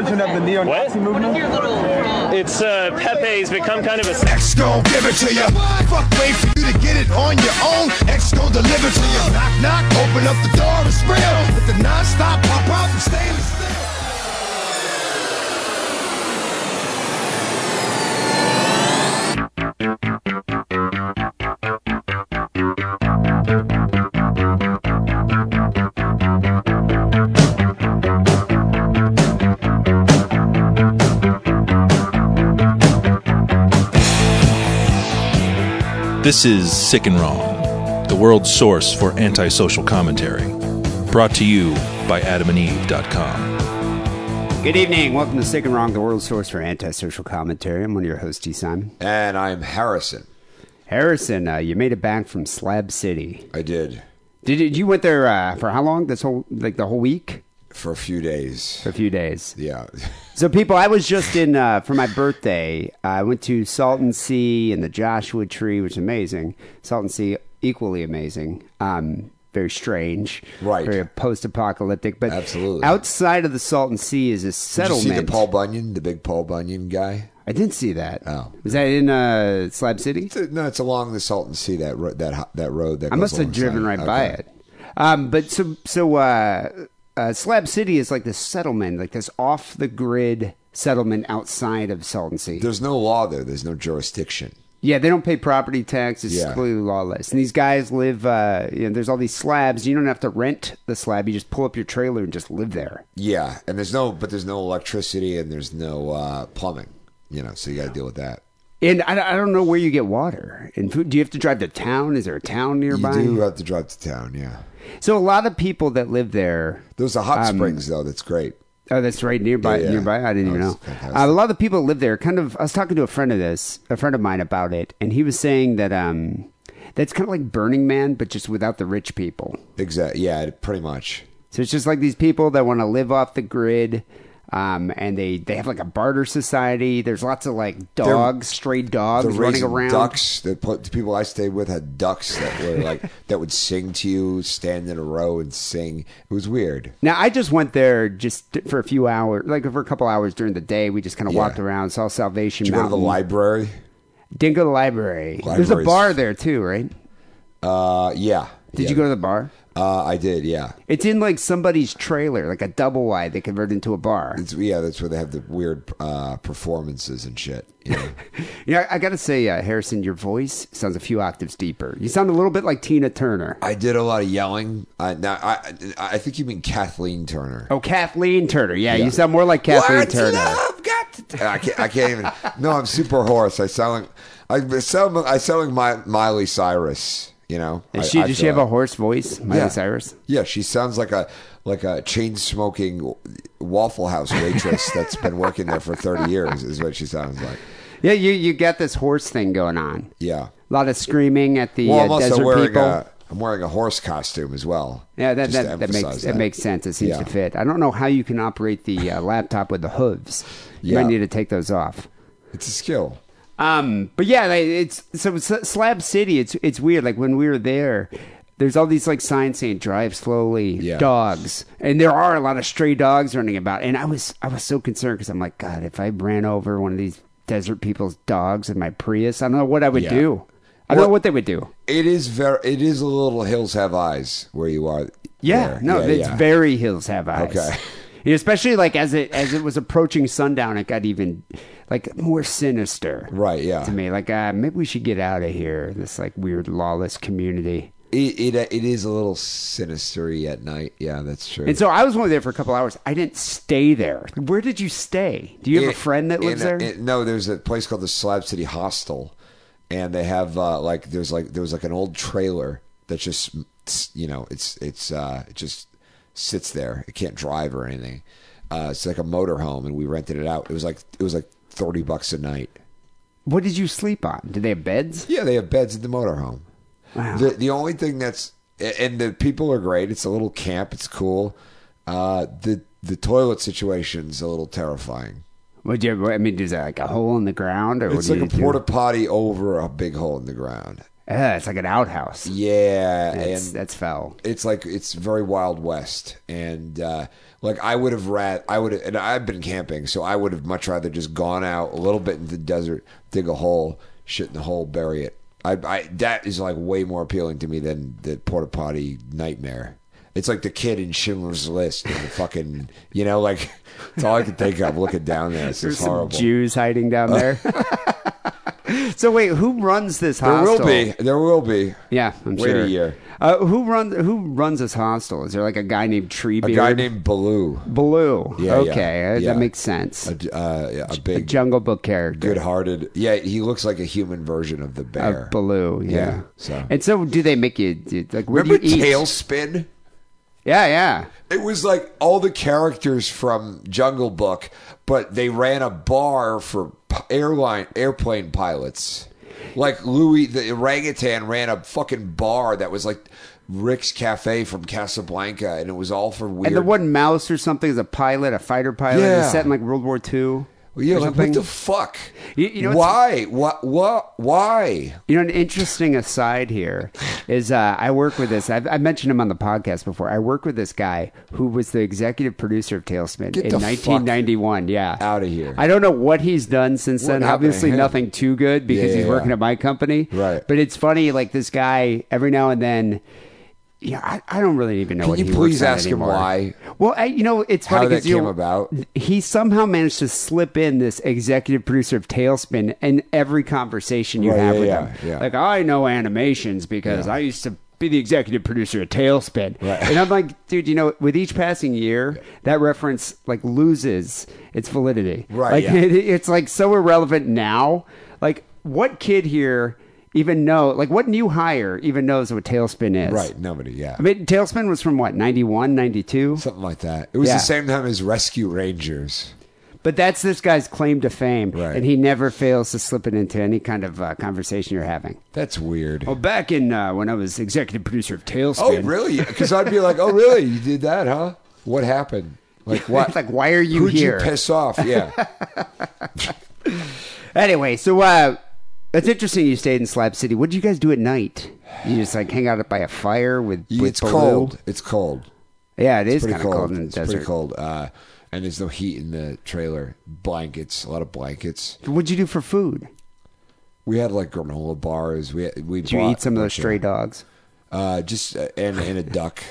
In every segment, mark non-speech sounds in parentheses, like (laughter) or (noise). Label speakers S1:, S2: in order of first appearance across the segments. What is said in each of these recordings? S1: version of the neo-Nazi
S2: What?
S1: movement?
S2: It's uh, Pepe's become kind of a
S3: X gon' give it to you. Fuck wait for you to get it on your own. X gon' deliver to you. Knock knock, open up the door, it's real. With the non-stop pop out and stainless steel.
S4: This is Sick and Wrong, the world's source for antisocial commentary. Brought to you by adamandeve.com.
S5: Good evening. Welcome to Sick and Wrong, the world's source for antisocial commentary. I'm one of your hosts, D. Simon.
S6: And I'm Harrison.
S5: Harrison, uh, you made it back from Slab City.
S6: I did
S5: Did you, you went there uh, for how long? This whole like the whole week,
S6: for a few days.
S5: for a few days.
S6: Yeah. (laughs)
S5: So, people, I was just in uh, for my birthday. I went to Salton Sea and the Joshua Tree, which is amazing. Salton Sea, equally amazing. Um, very strange,
S6: Right.
S5: Very post-apocalyptic, but
S6: Absolutely.
S5: outside of the Salton Sea is
S6: Did
S5: a
S6: you
S5: settlement.
S6: see the Paul Bunyan, the big Paul Bunyan guy?
S5: I didn't see that.
S6: Oh.
S5: was that in uh, Slab City?
S6: It's- No, it's along the Salton Sea that ro- that ho- that road. That
S5: I
S6: goes
S5: must have
S6: alongside.
S5: driven right by
S6: Okay.
S5: it. Um, but so so uh, uh, Slab City is like this settlement, like this off the grid settlement outside of Salton Sea.
S6: There's no law there. There's no jurisdiction.
S5: yeah, they don't pay property tax. It's
S6: Yeah.
S5: completely lawless. And these guys live. Uh, you know, there's all these slabs. You don't have to rent the slab. You just pull up your trailer and just live there.
S6: Yeah, and there's no, but there's no electricity and there's no uh, plumbing. You know, so you got to deal with that.
S5: And I, I don't know where you get water and food. Do you have to drive to town? Is there a town
S6: You
S5: nearby?
S6: do uh have to drive to town. Yeah,
S5: So a lot of people that live there
S6: there's a hot
S5: Um,
S6: springs though. That's great.
S5: Oh, that's right nearby.
S6: Yeah, yeah.
S5: Nearby, I didn't
S6: That
S5: even
S6: was
S5: know.
S6: fantastic.
S5: Uh, a lot of the people that live there. Kind of, I was talking to a friend of this, a friend of mine about it, and he was saying that um, that's kind of like Burning Man, but just without the rich people.
S6: Exactly. Yeah, pretty much.
S5: So it's just like these people that want to live off the grid, um, and they they have like a barter society. There's lots of like dogs, stray dogs
S6: They're
S5: running
S6: raising
S5: around.
S6: Ducks. The, pl- the people I stayed with had ducks that were
S5: (laughs)
S6: like that would sing to you, stand in a row and sing. It was weird.
S5: Now I just went there just t- for a few hours, like for a couple hours during the day. We just kind of
S6: Yeah.
S5: walked around, saw Salvation
S6: Did you go to
S5: Mountain.
S6: the library?
S5: Didn't go to the library. There's a
S6: Libraries.
S5: bar there too, right?
S6: Uh, yeah.
S5: Did you go to the bar?
S6: Uh, I did. Yeah.
S5: It's in like somebody's trailer, like a double wide they convert into a bar.
S6: It's, yeah, that's where they have the weird uh, performances and shit. You
S5: (laughs)
S6: know?
S5: You know, I gotta say, uh, Harrison, your voice sounds a few octaves deeper. You sound a little bit like Tina Turner.
S6: I did a lot of yelling. I, now, I, I think you mean Kathleen Turner.
S5: Oh, Kathleen Turner. Yeah, you sound more like Kathleen
S6: What's
S5: Turner.
S6: love got to t- I can't. I can't even. No, I'm super hoarse. I sound like I sound. I sound like my, Miley Cyrus. You know.
S5: Is
S6: I-
S5: she,
S6: I
S5: does she
S6: feel
S5: have
S6: like-
S5: a hoarse voice, Miley
S6: Yeah.
S5: Cyrus?
S6: Yeah, she sounds like a like a chain smoking Waffle House
S5: (laughs)
S6: waitress that's been working there for thirty years. Is what she sounds like.
S5: Yeah, you you got this horse thing going on.
S6: Yeah.
S5: A lot of screaming at the
S6: Well,
S5: uh,
S6: I'm also
S5: desert
S6: wearing
S5: people.
S6: a I'm wearing a horse costume as well.
S5: yeah, that
S6: just to
S5: that, that makes
S6: emphasize
S5: that. makes sense. It seems
S6: Yeah.
S5: to fit. I don't know how you can operate the uh, laptop with the hooves. You
S6: Yeah.
S5: might need to take those off.
S6: It's a skill.
S5: Um, but yeah, they- it's so S- Slab City. It's it's weird. Like when we were there, there's all these like signs saying "drive slowly,"
S6: Yeah.
S5: dogs, and there are a lot of stray dogs running about. And I was I was so concerned because I'm like, God, if I ran over one of these desert people's dogs in my Prius, I don't know what I would
S6: Yeah.
S5: do. I don't know
S6: Well-
S5: what they would do.
S6: It is very. It is a little hills have eyes where you are.
S5: Yeah,
S6: there.
S5: no, it's
S6: yeah.
S5: very hills have eyes.
S6: Okay.
S5: (laughs) Yeah, Especially like as it as it was approaching sundown, it got even like more sinister.
S6: Right, yeah.
S5: To me, like uh, maybe we should get out of here. This like weird lawless community.
S6: It, uh, it it is a little sinistery at night. Yeah, that's true.
S5: And so I was only there for a couple hours. I didn't stay there. Where did you stay? Do you have a
S6: In-
S5: friend that
S6: in
S5: lives
S6: a-
S5: there?
S6: in- no, there's a place called the Slab City Hostel, and they have uh, like there's like there was like an old trailer that just you know it's it's uh, it just sits there. It can't drive or anything. Uh, it's like a motorhome, and we rented it out. It was like it was like thirty bucks a night.
S5: what did you sleep on? Did they have beds?
S6: Yeah, they have beds at the motorhome. The the only thing that's and the people are great. It's a little camp. It's cool. Uh, the the toilet situation's a little terrifying.
S5: What do you? I mean, is that like a hole in the ground or what
S6: It's
S5: do
S6: like a
S5: you do?
S6: porta potty over a big hole in the ground,
S5: Uh, it's like an outhouse.
S6: Yeah,
S5: That's,
S6: and
S5: that's foul.
S6: it's like it's very wild west, and uh, like I would have rat, I would, have and I've been camping, so I would have much rather just gone out a little bit into the desert, dig a hole, shit in the hole, bury it. I, I that is like way more appealing to me than the porta potty nightmare. It's like the kid in Schindler's List, and the fucking, you know, like (laughs) it's all I could think of looking down there. It's
S5: There's
S6: just horrible.
S5: some Jews hiding
S6: (laughs)
S5: down there. (laughs) so wait, who runs this
S6: there
S5: hostel?
S6: will be, there will be.
S5: Yeah, I'm
S6: Wait a
S5: sure.
S6: year.
S5: Uh, who runs who runs this hostel? Is there like a guy named Treebeard?
S6: A guy named Baloo,
S5: Blue.
S6: Yeah, yeah,
S5: okay, uh,
S6: yeah.
S5: that makes sense.
S6: a, uh, yeah, a
S5: A
S6: big
S5: Jungle Book character.
S6: good-hearted. Yeah, he looks like a human version of the bear.
S5: Of Baloo, yeah.
S6: Yeah, so-
S5: And so, do they make you do- like? Where
S6: Remember
S5: do you eat?
S6: Tailspin?
S5: Yeah, yeah.
S6: It was like all the characters from Jungle Book, but they ran a bar for p- airline airplane pilots. Like Louis the orangutan ran a fucking bar that was like Rick's Cafe from Casablanca, and it was all for weird.
S5: And the one mouse or something is a pilot, a fighter pilot.
S6: Yeah.
S5: It's set in like World War II.
S6: yeah,
S5: or
S6: like,
S5: something.
S6: what the fuck?
S5: You- you know what's-
S6: why? What? What? Why?
S5: You know, an interesting aside here is uh, I work with this. I've, I mentioned him on the podcast before. I work with this guy who was the executive producer of Tailspin
S6: Get
S5: in
S6: the fuck
S5: 1991. Yeah,
S6: outta here.
S5: I don't know what he's done since
S6: What
S5: then.
S6: happened to
S5: Obviously,
S6: him?
S5: nothing too good because
S6: Yeah,
S5: he's
S6: yeah,
S5: working
S6: yeah.
S5: at my company.
S6: Right.
S5: But it's funny, like this guy every now and then. You know, I, I don't really even know.
S6: Can
S5: what
S6: you
S5: he
S6: please
S5: works on
S6: ask him
S5: anymore.
S6: why?
S5: Well, I, you know, it's
S6: How
S5: funny
S6: that
S5: 'cause you
S6: came
S5: know,
S6: about?
S5: he somehow managed to slip in this executive producer of Tailspin in every conversation you
S6: Right,
S5: have
S6: yeah,
S5: with
S6: yeah,
S5: him.
S6: yeah.
S5: Like, I know animations because I used to be the executive producer of Tailspin. And I'm like, dude, you know, with each passing year, that reference like loses its validity.
S6: Right,
S5: Like
S6: yeah.
S5: it, (laughs) it's like so irrelevant now. Like what kid here even know like what new hire even knows what Tailspin is?
S6: Right? Nobody. Yeah.
S5: I mean, Tailspin was from what, 91, 92?
S6: Something like that. It was
S5: Yeah.
S6: the same time as Rescue Rangers.
S5: But that's this guy's claim to fame,
S6: Right.
S5: and he never fails to slip it into any kind of uh, conversation you're having.
S6: That's weird.
S5: Well, back in uh, when I was executive producer of Tailspin,
S6: Oh, really?
S5: (laughs)
S6: Because I'd be like, oh, really? You did that, huh? What happened? Like, what?
S5: (laughs) It's like, why are you
S6: Who'd
S5: here?
S6: you piss off? Yeah.
S5: (laughs) Anyway, so uh, that's interesting. You stayed in Slab City. What did you guys do at night? You just like hang out by a fire with, with
S6: it's
S5: Baloo?
S6: cold. It's cold.
S5: Yeah, it is
S6: Pretty
S5: kind of cold. in the
S6: it's
S5: desert.
S6: pretty cold. Uh, and there's no heat in the trailer. Blankets, a lot of blankets.
S5: What'd you do for food?
S6: We had like granola bars. We we
S5: Did you
S6: bought
S5: eat some
S6: a
S5: of those
S6: bunch
S5: stray dogs?
S6: Uh, just uh, and and a
S5: (laughs)
S6: duck,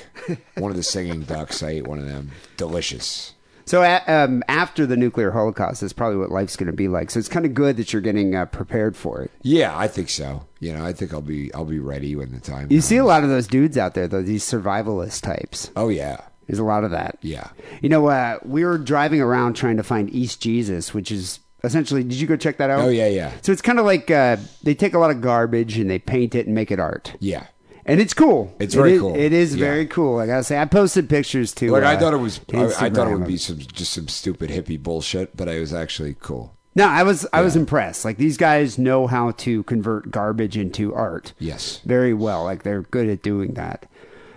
S6: one of the singing ducks. I ate one of them. Delicious.
S5: So a um, after the nuclear holocaust, that's probably what life's going to be like. So it's kind of good that you're getting uh, prepared for it.
S6: Yeah, I think so. You know, I think I'll be I'll be ready when the time.
S5: You
S6: comes.
S5: see a lot of those dudes out there, though, these survivalist types.
S6: Oh yeah,
S5: There's a lot of that.
S6: yeah.
S5: You know, uh, we were driving around trying to find East Jesus, which is essentially, did you go check that out?
S6: Oh, yeah, yeah.
S5: So it's kind of like uh, they take a lot of garbage and they paint it and make it art.
S6: Yeah.
S5: And it's cool.
S6: It's
S5: It
S6: very
S5: is-
S6: cool.
S5: It is
S6: Yeah.
S5: very cool. I gotta say, I posted pictures too.
S6: Like I
S5: uh,
S6: thought it was,
S5: to
S6: I, I thought it
S5: Instagram
S6: would be
S5: of-
S6: some just some stupid hippie bullshit, but it was actually cool.
S5: No, I was I was impressed. Like these guys know how to convert garbage into art.
S6: Yes.
S5: very well. Like they're good at doing that.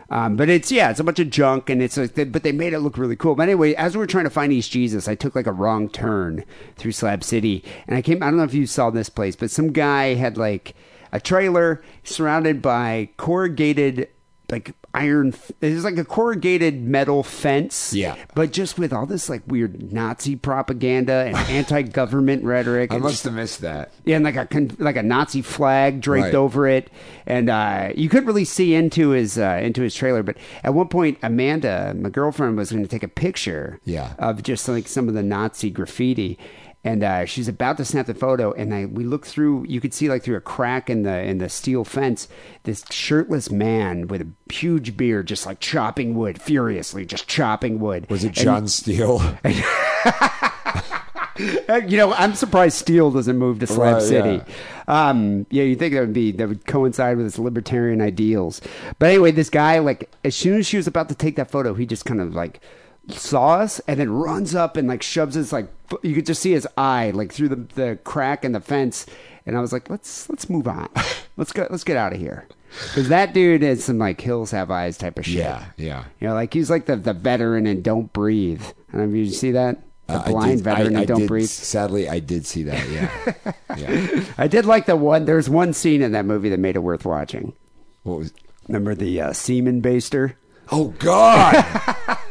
S5: Um, but it's yeah, it's a bunch of junk, and it's like, they, but they made it look really cool. But anyway, as we were trying to find East Jesus, I took like a wrong turn through Slab City, and I came. I don't know if you saw this place, but some guy had like a trailer surrounded by corrugated like iron. f- It was like a corrugated metal fence,
S6: Yeah.
S5: but just with all this like weird Nazi propaganda
S6: (laughs)
S5: and anti-government rhetoric.
S6: I
S5: and
S6: must have missed that.
S5: yeah, and like a con- like a Nazi flag draped
S6: Right.
S5: over it, and uh, you couldn't really see into his uh, into his trailer. But at one point, Amanda, my girlfriend, was going to take a picture,
S6: Yeah.
S5: of just like some of the Nazi graffiti, and uh, she's about to snap the photo, and I, we looked through. You could see like through a crack in the in the steel fence, this shirtless man with a huge beard, just like chopping wood furiously, just chopping wood.
S6: Was it John Steele?
S5: Uh, you know, I'm surprised Steele doesn't move to Slab
S6: Right,
S5: City. Um, yeah, you think that would be that would coincide with his libertarian ideals. But anyway, this guy, like, as soon as she was about to take that photo, he just kind of like saw us and then runs up and like shoves his like fo- you could just see his eye like through the, the crack in the fence. And I was like, let's let's
S6: (laughs)
S5: move on. Let's go. Let's get out of here. Because that dude is some like hills have eyes type of
S6: (laughs)
S5: shit.
S6: yeah, yeah.
S5: You know, like he's like the, the veteran and don't breathe. I don't know if you see that. the
S6: Uh, I
S5: blind
S6: did-
S5: veteran
S6: I, I
S5: who don't
S6: did-
S5: breathe.
S6: Sadly, I did see that.
S5: (laughs)
S6: Yeah. yeah.
S5: I did like the one. There's one scene in that movie that made it worth watching.
S6: What was?
S5: Remember the uh, semen baster?
S6: Oh God!
S5: (laughs)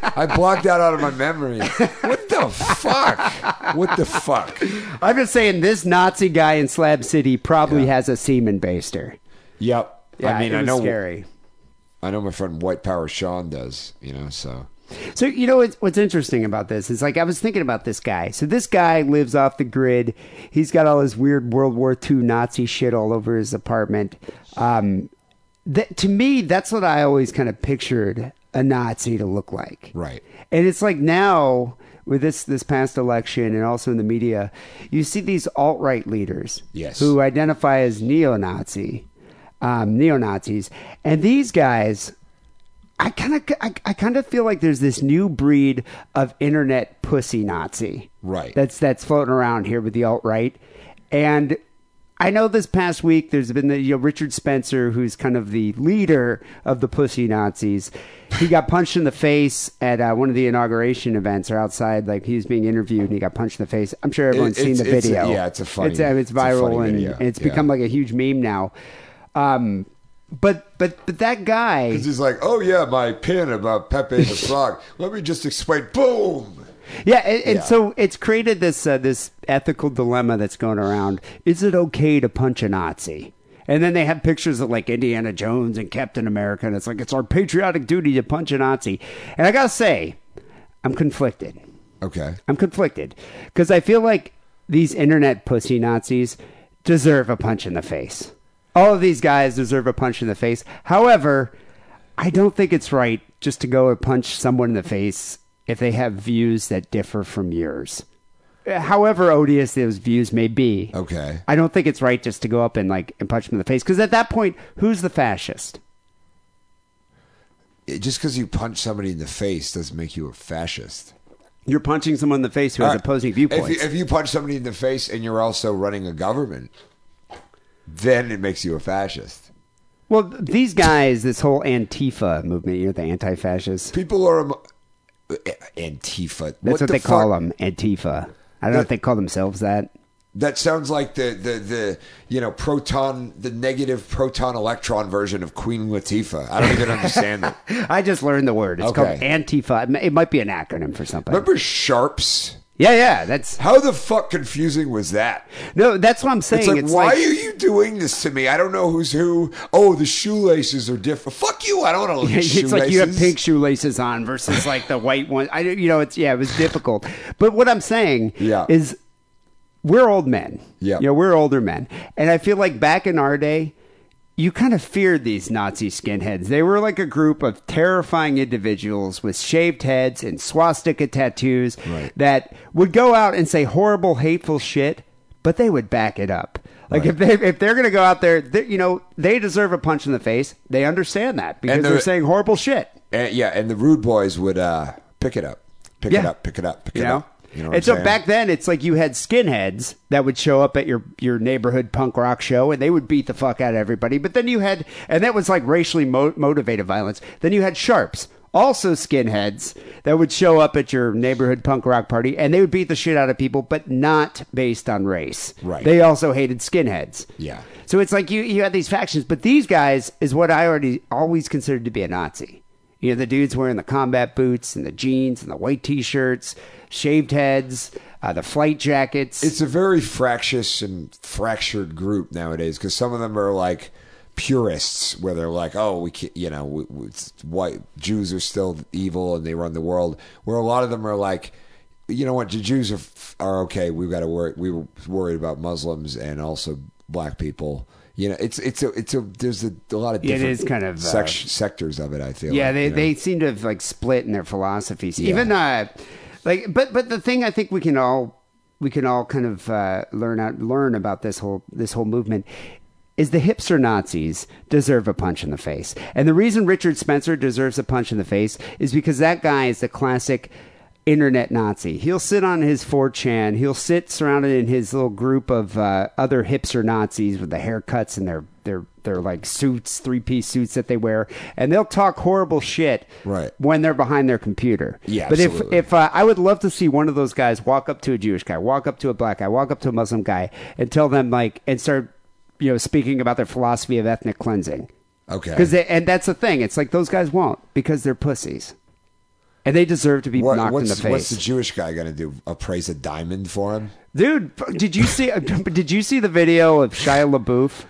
S6: I blocked that out of my memory. What the fuck? What the fuck?
S5: I'm just saying, this Nazi guy in Slab City probably has a semen baster.
S6: Yep.
S5: Yeah,
S6: I mean,
S5: it
S6: I
S5: was
S6: know.
S5: scary.
S6: I know my friend White Power Sean does. You know, so
S5: So you know what's, what's interesting about this is like I was thinking about this guy. So this guy lives off the grid. He's got all his weird World War II Nazi shit all over his apartment. Um, that to me, that's what I always kind of pictured a Nazi to look like.
S6: Right.
S5: And it's like now with this this past election and also in the media, you see these alt right leaders
S6: Yes.
S5: who identify as neo Nazi, um, neo Nazis, and these guys. I kind of I, I kind of feel like there's this new breed of internet pussy Nazi,
S6: Right.
S5: That's that's floating around here with the alt right, and I know this past week there's been the you know, Richard Spencer, who's kind of the leader of the pussy Nazis. He got punched in the face at uh, one of the inauguration events or outside, like he was being interviewed and he got punched in the face. I'm sure everyone's
S6: It-
S5: seen
S6: it's-
S5: the
S6: it's a-
S5: video.
S6: yeah, it's a funny-
S5: It's, uh,
S6: it's
S5: it's
S6: a
S5: viral
S6: funny
S5: and,
S6: video,
S5: and it's
S6: yeah.
S5: become like a huge meme now. Um, but but but that guy,
S6: he's like, "Oh yeah, my pin about Pepe
S5: (laughs)
S6: the Frog. Let me just explain." Boom.
S5: yeah, and, and
S6: Yeah.
S5: so it's created this uh, this ethical dilemma that's going around. Is it okay to punch a Nazi? And then they have pictures of like Indiana Jones and Captain America, and it's like it's our patriotic duty to punch a Nazi. And I gotta say, I'm conflicted.
S6: Okay.
S5: I'm conflicted because I feel like these internet pussy Nazis deserve a punch in the face. All of these guys deserve a punch in the face. However, I don't think it's right just to go and punch someone in the face if they have views that differ from yours. However odious those views may be,
S6: Okay.
S5: I don't think it's right just to go up and like and punch them in the face because at that point, who's the fascist?
S6: It- just because you punch somebody in the face doesn't make you a fascist.
S5: You're punching someone in the face who has
S6: All right.
S5: opposing
S6: If you-
S5: viewpoints.
S6: If you, punch somebody in the face and you're also running a government, then it makes you a fascist.
S5: Well, th- these guys, this whole Antifa movement, you know, the anti-fascists.
S6: People are emo- Antifa.
S5: That's what,
S6: the
S5: they call
S6: fuck?
S5: them, Antifa. I don't know if they call themselves that.
S6: That sounds like the, the the you know proton the negative proton electron version of Queen Latifah. I don't even understand it.
S5: (laughs) I just learned the word. It's called
S6: Okay.
S5: Antifa. It m- It might be an acronym for something.
S6: Remember Sharps?
S5: yeah, yeah. That's
S6: How the fuck confusing was that?
S5: no. That's what I'm saying.
S6: It's like, why
S5: (laughs)
S6: are you doing this to me? I don't know who's who. Oh, the shoelaces are different. Fuck you! I don't want
S5: (laughs)
S6: to look at
S5: it's
S6: shoelaces.
S5: like you have pink shoelaces on versus like the white one. I, don't- you know, it's yeah, it was difficult. But what I'm saying
S6: Yeah.
S5: is, we're old men.
S6: Yeah.
S5: you know, we're older men, and I feel like back in our day, you kind of feared these Nazi skinheads. They were like a group of terrifying individuals with shaved heads and swastika tattoos
S6: Right.
S5: that would go out and say horrible, hateful shit, but they would back it up. Like if they if they're gonna go out there, they, you know, they deserve a punch in the face. They understand that because
S6: And the-
S5: they're saying horrible shit.
S6: And, yeah, and the rude boys would uh, pick it up, pick it
S5: Yeah.
S6: up, pick it up, pick
S5: You
S6: it
S5: know?
S6: up. You know what I'm
S5: and so
S6: saying?
S5: back then, it's like you had skinheads that would show up at your, your neighborhood punk rock show and they would beat the fuck out of everybody. But then you had, and that was like racially mo- motivated violence. Then you had sharps, also skinheads, that would show up at your neighborhood punk rock party and they would beat the shit out of people, but not based on race.
S6: Right.
S5: They also hated skinheads.
S6: Yeah.
S5: So it's like you, you had these factions, but these guys is what I already always considered to be a Nazi. You know, the dudes wearing the combat boots and the jeans and the white t shirts, shaved heads, uh, the flight jackets.
S6: it's a very fractious and fractured group nowadays because some of them are like purists where they're like oh we can't you know we, we, it's white jews are still evil and they run the world where a lot of them are like you know what the jews are f- are okay we've got to worry we were worried about muslims and also black people you know it's it's a it's a there's a, a lot of
S5: It
S6: different
S5: is kind of, uh,
S6: sect- sectors of it i feel
S5: yeah,
S6: like,
S5: they,
S6: you know?
S5: they seem to have like split in their philosophies.
S6: Yeah.
S5: Even uh, like, but but the thing I think we can all we can all kind of uh, learn out learn about this whole this whole movement is the hipster Nazis deserve a punch in the face, and the reason Richard Spencer deserves a punch in the face is because that guy is the classic. Internet Nazi. He'll sit on his 4chan. He'll sit surrounded in his little group of uh, other hipster Nazis with the haircuts and their their their like suits, three piece suits that they wear, and they'll talk horrible shit
S6: Right.
S5: when they're behind their computer.
S6: Yeah,
S5: but
S6: absolutely.
S5: if if uh, I would love to see one of those guys walk up to a Jewish guy, walk up to a black guy, walk up to a Muslim guy, and tell them like and start you know speaking about their philosophy of ethnic cleansing.
S6: Okay.
S5: Because and that's the thing. It's like those guys won't because they're pussies, and they deserve to be
S6: What-
S5: knocked in
S6: what's,
S5: the face.
S6: what's the Jewish guy going to do? Appraise a diamond for him?
S5: Dude, f- did you see? (laughs) did you see the video of Shia LaBeouf?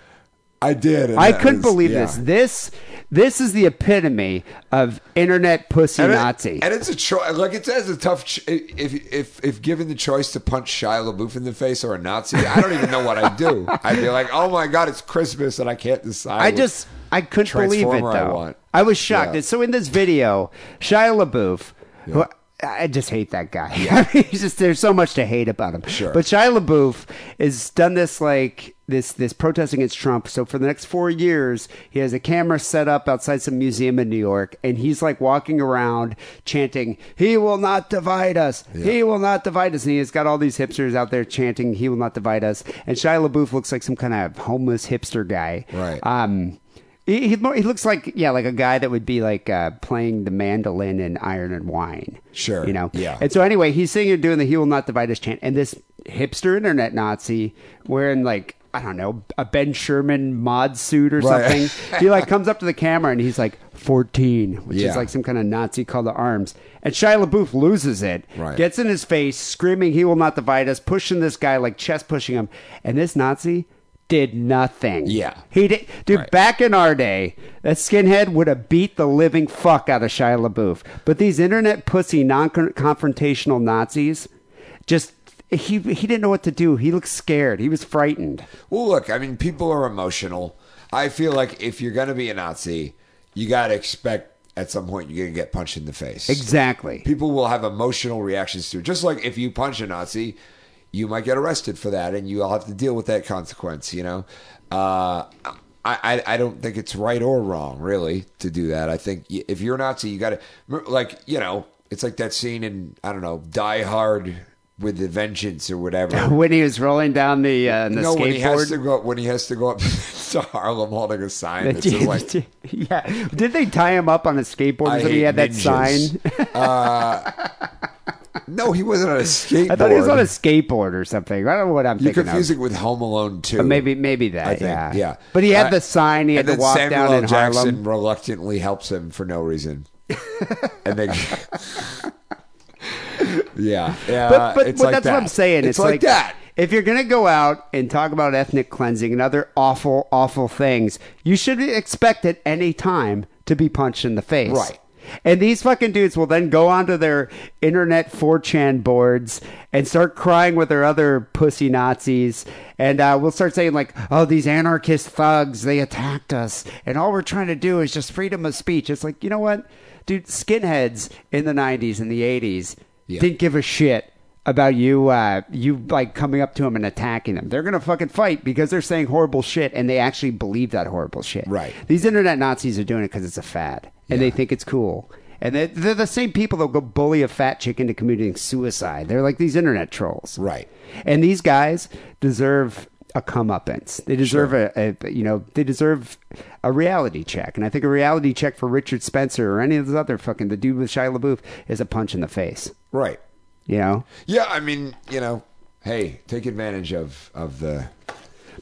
S6: I did. and
S5: I
S6: that
S5: couldn't
S6: was-
S5: believe
S6: yeah.
S5: this. This this is the epitome of internet pussy
S6: And it-
S5: Nazi.
S6: and it's a choice. Like it says, a tough. Ch- if if if given the choice to punch Shia LaBeouf in the face or a Nazi, I don't even know what I do.
S5: (laughs)
S6: I'd be like, oh my god, it's Christmas and I can't decide.
S5: I
S6: which
S5: just I couldn't believe it though.
S6: Transformer I
S5: I,
S6: want.
S5: was shocked.
S6: Yeah.
S5: So in this video, Shia LaBeouf, who I just hate that guy. (laughs) I mean, he's just there's so much to hate about him.
S6: Sure.
S5: But Shia LaBeouf has done this like this this protest against Trump. So for the next four years, he has a camera set up outside some museum in New York, and he's like walking around chanting, "He will not divide us. He will not divide us." And he's got all these hipsters out there chanting, "He will not divide us." And Shia LaBeouf looks like some kind of homeless hipster guy.
S6: Right.
S5: Um, he, he more- he looks like yeah like a guy that would be like uh, playing the mandolin in Iron and Wine.
S6: Sure,
S5: You know.
S6: yeah.
S5: And so anyway, he's sitting here doing the "He will not divide us" chant, and this hipster internet Nazi wearing like. I don't know a Ben Sherman mod suit or
S6: Right. (laughs)
S5: something. he like comes up to the camera and he's like fourteen, which
S6: Yeah.
S5: is like some kind of Nazi call to arms. And Shia LaBeouf loses it,
S6: Right.
S5: gets in his face, screaming, "He will not divide us!" Pushing this guy like chest pushing him, and this Nazi did nothing.
S6: Yeah.
S5: He did, dude. Back in our day, that skinhead would have beat the living fuck out of Shia LaBeouf. But these internet pussy non-confrontational Nazis, just he he didn't know what to do. He looked scared. He was frightened.
S6: Well, look, I mean, people are emotional. I feel like if you're going to be a Nazi, you got to expect at some point you're going to get punched in the face.
S5: Exactly.
S6: People will have emotional reactions to it. Just like if you punch a Nazi, you might get arrested for that and you'll have to deal with that consequence, you know? Uh, I, I, I don't think it's right or wrong, really, to do that. I think y- if you're a Nazi, you got to, like, you know, it's like that scene in, I don't know, Die Hard with the Vengeance or whatever
S5: (laughs) When he was rolling down the uh, the
S6: no,
S5: skateboard.
S6: when he has to go when he has to go up (laughs) to Harlem holding a sign that says like
S5: (laughs) yeah. Did they tie him up on a skateboard?
S6: I
S5: and he
S6: hate
S5: had that
S6: ninjas. Uh,
S5: sign. (laughs)
S6: no, he wasn't on a skateboard.
S5: I thought he was on a skateboard or something. I don't know what I'm
S6: You're
S5: thinking of.
S6: confusing it with Home Alone too.
S5: Or maybe maybe that.
S6: I think,
S5: yeah.
S6: yeah.
S5: But he had
S6: Uh,
S5: the sign. He had
S6: and
S5: to
S6: then
S5: walk
S6: Samuel
S5: down
S6: L.
S5: in
S6: Jackson
S5: Harlem.
S6: reluctantly helps him for no
S5: (laughs)
S6: reason. and then (laughs) yeah, yeah.
S5: but but,
S6: it's
S5: but
S6: like
S5: that's what
S6: that.
S5: I'm saying. It's,
S6: like, that.
S5: If you're gonna go out and talk about ethnic cleansing and other awful, awful things, you should expect at any time to be punched in the face.
S6: Right.
S5: And these fucking dudes will then go onto their internet 4chan boards and start crying with their other pussy Nazis. And uh, we'll start saying, like, oh, these anarchist thugs, they attacked us. And all we're trying to do is just freedom of speech. It's like, you know what? Dude, skinheads in the 90s and the 80s
S6: Yeah.
S5: didn't give a shit about you uh you like coming up to them and attacking them they're gonna fucking fight because they're saying horrible shit and they actually believe that horrible shit
S6: Right.
S5: these internet nazis are doing it because it's a fad and they think it's cool and they they're the same people that'll go bully a fat chick into committing suicide they're like these internet trolls
S6: Right.
S5: and these guys deserve a comeuppance. They deserve a, a, you know, they deserve a reality check. And I think a reality check for Richard Spencer or any of those other fucking the dude with Shia LaBeouf is a punch in the face.
S6: Right.
S5: You know.
S6: Yeah, I mean, you know, hey, take advantage of of the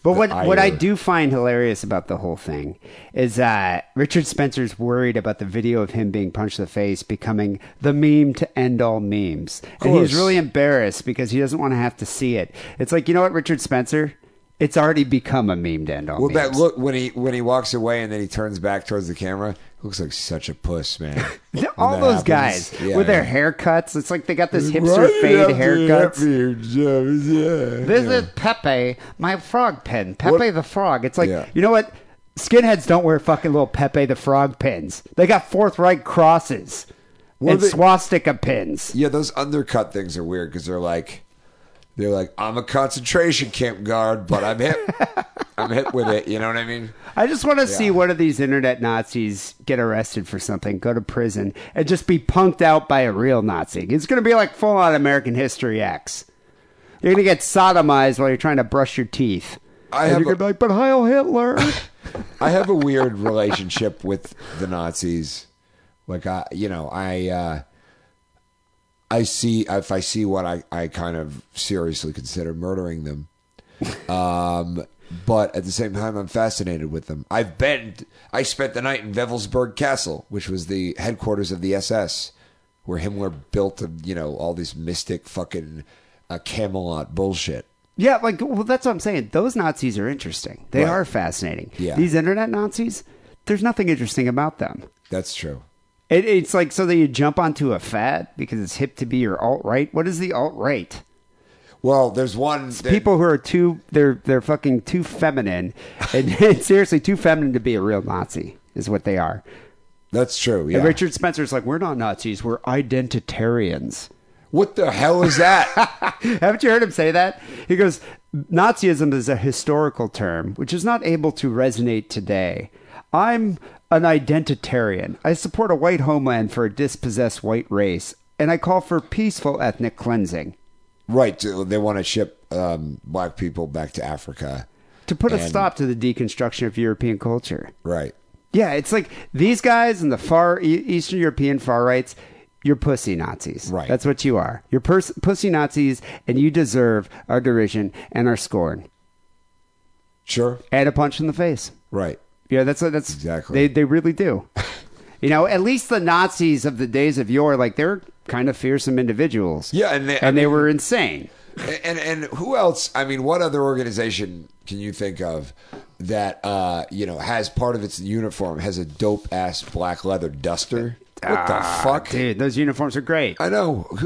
S5: But
S6: the
S5: what what I
S6: ire.
S5: do find hilarious about the whole thing is uh, Richard Spencer's worried about the video of him being punched in the face becoming the meme to end all memes, and
S6: course.
S5: he's really embarrassed because he doesn't want to have to see it. It's like you know what, Richard Spencer, it's already become a meme to end all.
S6: Well,
S5: memes.
S6: that look when he when he walks away and then he turns back towards the camera looks like such a puss, man.
S5: (laughs)
S6: When
S5: All
S6: that
S5: those
S6: happens.
S5: guys
S6: Yeah,
S5: with their
S6: yeah.
S5: haircuts. It's like they got this hipster fade haircuts. This is Pepe, my frog pin. Pepe
S6: What-
S5: the frog. It's like,
S6: Yeah.
S5: you know what? Skinheads don't wear fucking little Pepe the frog pins. They got Fourth Right crosses and
S6: they-
S5: swastika pins.
S6: Yeah, those undercut things are weird because they're like, they're like, I'm a concentration camp guard, but I'm
S5: (laughs)
S6: hip. I'm hip with it. You know what I mean?
S5: I just want to see
S6: Yeah.
S5: one of these internet Nazis get arrested for something, go to prison, and just be punked out by a real Nazi. It's going to be like full on American History X. You're going to get sodomized while you're trying to brush your teeth.
S6: I
S5: and
S6: have
S5: you're gonna
S6: a,
S5: be like, but
S6: (laughs)
S5: Heil Hitler.
S6: I have a weird relationship with the Nazis. Like I, you know, I uh, I see if I see what I I kind of seriously consider murdering them. Um, but at the same time, I'm fascinated with them. I've been I spent the night in Wevelsburg Castle, which was the headquarters of the SS, where Himmler built you know all this mystic fucking uh, Camelot bullshit.
S5: yeah, like well, that's what I'm saying. Those Nazis are interesting. They are fascinating.
S6: Yeah.
S5: These internet Nazis, there's nothing interesting about them.
S6: That's true.
S5: It, it's like so that you jump onto a fad because it's hip to be your alt right. What is the alt right?
S6: Well, there's one that-
S5: People who are too they're they're fucking too feminine
S6: (laughs)
S5: and, (laughs) and seriously too feminine to be a real Nazi is what they are.
S6: That's true. Yeah.
S5: And Richard Spencer's like, we're not Nazis, we're identitarians.
S6: What the hell is that? (laughs)
S5: (laughs) Haven't you heard him say that? He goes, Nazism is a historical term which is not able to resonate today. I'm an identitarian. I support a white homeland for a dispossessed white race, and I call for peaceful ethnic cleansing
S6: right. so They want to ship um, black people back to Africa.
S5: to put a
S6: And-
S5: stop to the deconstruction of European culture.
S6: Right.
S5: Yeah, it's like these guys in the far E- Eastern European far rights, you're pussy Nazis.
S6: Right.
S5: That's what you are. You're pers- pussy Nazis, and you deserve our derision and our scorn
S6: Sure.
S5: and a punch in the face.
S6: Right.
S5: Yeah, that's that's
S6: Exactly.
S5: They they really do. you know, at least the Nazis of the days of yore, like they're kind of fearsome individuals.
S6: Yeah, and they-
S5: and
S6: I
S5: they
S6: mean-
S5: were insane.
S6: And and who else? I mean, what other organization can you think of that uh, you know has part of its uniform has a dope ass black leather duster? What
S5: Ah,
S6: the fuck?
S5: dude? Those uniforms are great.
S6: I know. (sighs)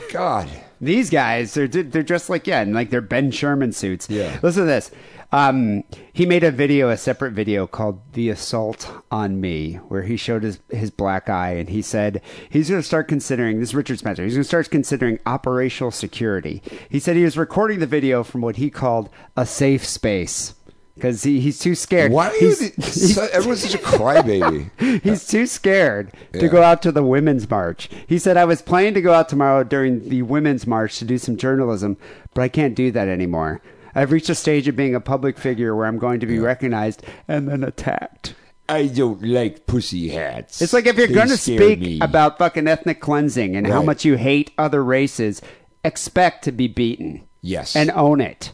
S5: (laughs)
S6: God.
S5: These guys, they're they're dressed like yeah, and like they're Ben Sherman suits.
S6: Yeah.
S5: Listen to this. Um, he made a video, a separate video called "The Assault on Me," where he showed his his black eye, and he said he's going to start considering this. Is Richard Spencer. He's going to start considering operational security. He said he was recording the video from what he called a safe space because he, he's too scared.
S6: Why are you?
S5: (laughs) he's,
S6: The, so- everyone's such a crybaby.
S5: (laughs) He's too scared to
S6: Yeah.
S5: go out to the women's march. He said, I was planning to go out tomorrow during the women's march to do some journalism, but I can't do that anymore. I've reached a stage of being a public figure where I'm going to be recognized and then attacked.
S6: I don't like pussy hats.
S5: It's like if you're
S6: They
S5: going to
S6: scare
S5: speak
S6: me.
S5: about fucking ethnic cleansing and how
S6: Right.
S5: much you hate other races, expect to be beaten
S6: yes
S5: and own it.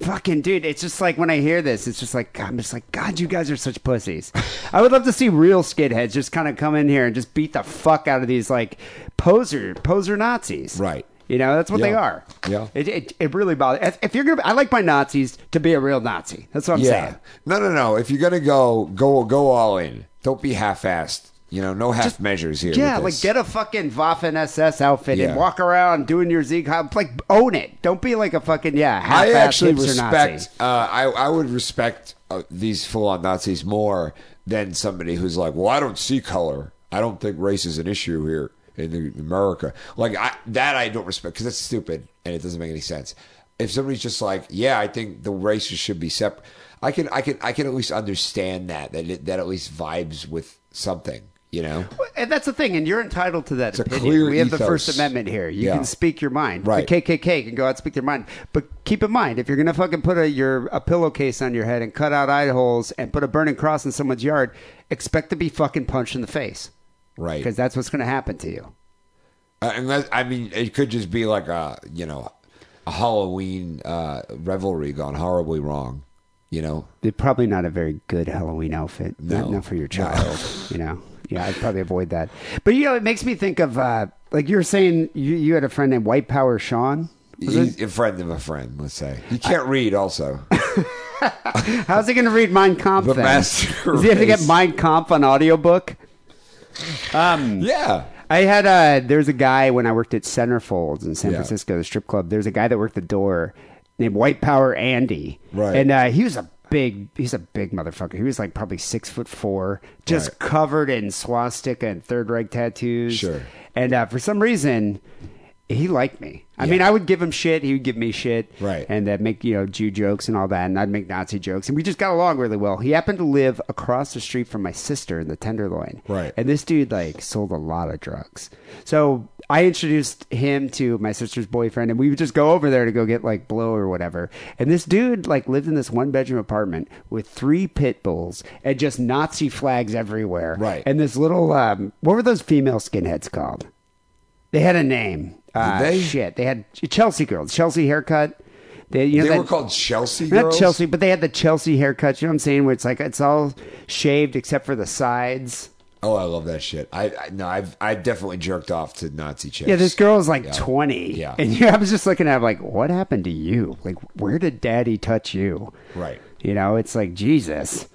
S5: Fucking dude, it's just like when I hear this, it's just like I'm just like God, you guys are such pussies. I would love to see real skidheads just kind of come in here and just beat the fuck out of these like poser poser Nazis.
S6: Right.
S5: You know that's what they
S6: Yeah.
S5: are.
S6: Yeah.
S5: It, it, it really bothers. If, if you're gonna, I like my Nazis to be a real Nazi. That's what I'm
S6: yeah.
S5: saying.
S6: No, no, no. If you're gonna go, go, go all in. Don't be half-assed. You know, no half measures here.
S5: Yeah,
S6: with
S5: like
S6: this.
S5: get a fucking Waffen SS outfit
S6: Yeah.
S5: and walk around doing your Zeke hop. Like own it. Don't be like a fucking yeah.
S6: I
S5: Half-assed
S6: actually
S5: hipster
S6: respect.
S5: Nazi.
S6: Uh, I I would respect uh, these full-on Nazis more than somebody who's like, well, I don't see color. I don't think race is an issue here in the- America. Like I, that, I don't respect because that's stupid and it doesn't make any sense. If somebody's just like, yeah, I think the races should be separate. I can, I can, I can at least understand that. That it, that at least vibes with something. You know.
S5: And that's the thing, and you're entitled to that
S6: a
S5: opinion.
S6: clear
S5: we have the
S6: ethos.
S5: First Amendment here. You
S6: Yeah.
S5: can speak your mind.
S6: Right.
S5: The KKK can go out and speak their mind. But keep in mind, if you're going to fucking put a, your, a pillowcase on your head and cut out eye holes and put a burning cross in someone's yard, expect to be fucking punched in the face
S6: Right.
S5: because that's what's going to happen to you.
S6: Uh, unless I mean, it could just be like a you know a Halloween uh, revelry gone horribly wrong. You know,
S5: They're probably not a very good Halloween outfit. Not
S6: No.
S5: enough for your
S6: No.
S5: child, you know. Yeah, I'd probably avoid that. But you know, it makes me think of uh, like you were saying you, you had a friend named White Power Sean. Was it?
S6: he's a friend of a friend. Let's say he can't read.
S5: (laughs)
S6: Also,
S5: How's he going to read Mein Kampf
S6: The
S5: then?
S6: master
S5: Does he have to get
S6: race.
S5: Mein Kampf on audiobook?
S6: yeah,
S5: I had a there's a guy when I worked at Centerfolds in San
S6: Yeah.
S5: Francisco, the strip club. There's a guy that worked the door named White Power Andy,
S6: Right.
S5: And uh, he was a big, he's a big motherfucker. He was like probably six foot four, just
S6: Right.
S5: covered in swastika and third reg tattoos.
S6: Sure.
S5: And uh, for some reason, he liked me. I mean, I would give him shit. He would give me shit.
S6: Right.
S5: And uh, make, you know, Jew jokes and all that. And I'd make Nazi jokes. And we just got along really well. He happened to live across the street from my sister in the Tenderloin.
S6: Right.
S5: And this dude, like, sold a lot of drugs. So I introduced him to my sister's boyfriend, and we would just go over there to go get like blow or whatever. And this dude like lived in this one bedroom apartment with three pit bulls and just Nazi flags everywhere.
S6: Right.
S5: And this little um, what were those female skinheads called? They had a name. Uh,
S6: they?
S5: Shit, they had Chelsea girls, Chelsea haircut. They, you know,
S6: They
S5: that-
S6: were called Chelsea
S5: not
S6: girls?
S5: Chelsea, but they had the Chelsea haircut. You know what I'm saying? Where it's like it's all shaved except for the sides.
S6: Oh, I love that shit. I, I no, I've I definitely jerked off to Nazi chicks.
S5: Yeah, this girl is like 20.
S6: Yeah.
S5: And (laughs) yeah, I was just looking at her like, what happened to you? Like, where did daddy touch you?
S6: Right.
S5: You know, it's like, Jesus.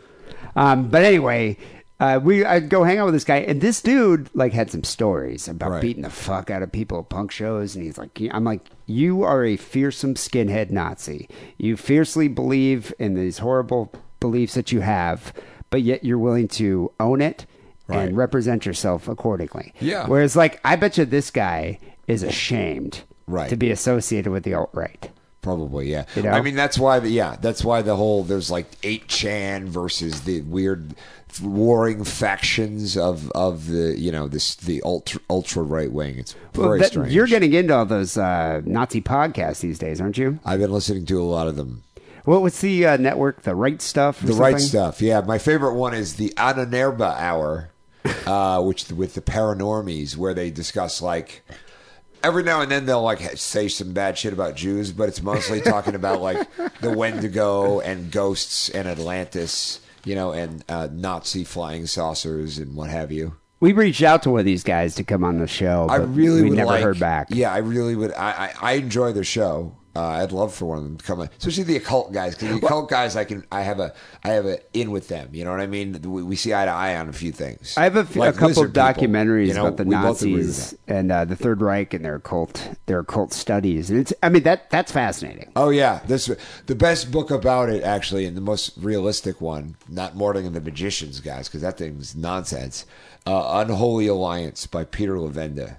S5: Um, but anyway, uh, we I'd go hang out with this guy, and this dude like had some stories about
S6: Right.
S5: beating the fuck out of people at punk shows, and he's like, I'm like, you are a fearsome skinhead Nazi. You fiercely believe in these horrible beliefs that you have, but yet you're willing to own it
S6: Right.
S5: and represent yourself accordingly.
S6: Yeah.
S5: Whereas, like, I bet you this guy is ashamed
S6: Right.
S5: to be associated with the alt right.
S6: Probably, yeah.
S5: You know?
S6: I mean, that's why the yeah, that's why the whole there's like eight chan versus the weird warring factions of of the you know this the ultra ultra right wing. It's very
S5: Well, that-
S6: strange.
S5: You're getting into all those uh, Nazi podcasts these days, aren't you?
S6: I've been listening to a lot of them.
S5: What was the uh, network? The Right Stuff? or
S6: The right
S5: something?
S6: stuff, yeah. My favorite one is the Ananerba Hour, uh, (laughs) which with the Paranormies, where they discuss like every now and then they'll like say some bad shit about Jews, but it's mostly talking about like the Wendigo and ghosts and Atlantis, you know, and uh, Nazi flying saucers and what have you.
S5: We reached out to one of these guys to come on the show.
S6: I
S5: but
S6: really
S5: we
S6: would
S5: never
S6: like,
S5: heard back.
S6: Yeah, I really would. I I, I enjoy their show. Uh, I'd love for one of them to come on, especially the occult guys. Because the occult guys, I can, I have a, I have a in with them. You know what I mean? We, we see eye to eye on a few things.
S5: I have a, f-
S6: Like
S5: a couple
S6: lizard
S5: of
S6: people,
S5: documentaries
S6: you know,
S5: about the
S6: we both agree with
S5: Nazis
S6: that.
S5: and uh, the Third Reich and their occult their occult studies. And it's I mean that that's fascinating.
S6: Oh yeah, this the best book about it actually, and the most realistic one. Not Morning and the Magicians, guys, because that thing's nonsense. Uh, Unholy Alliance by Peter Lavenda,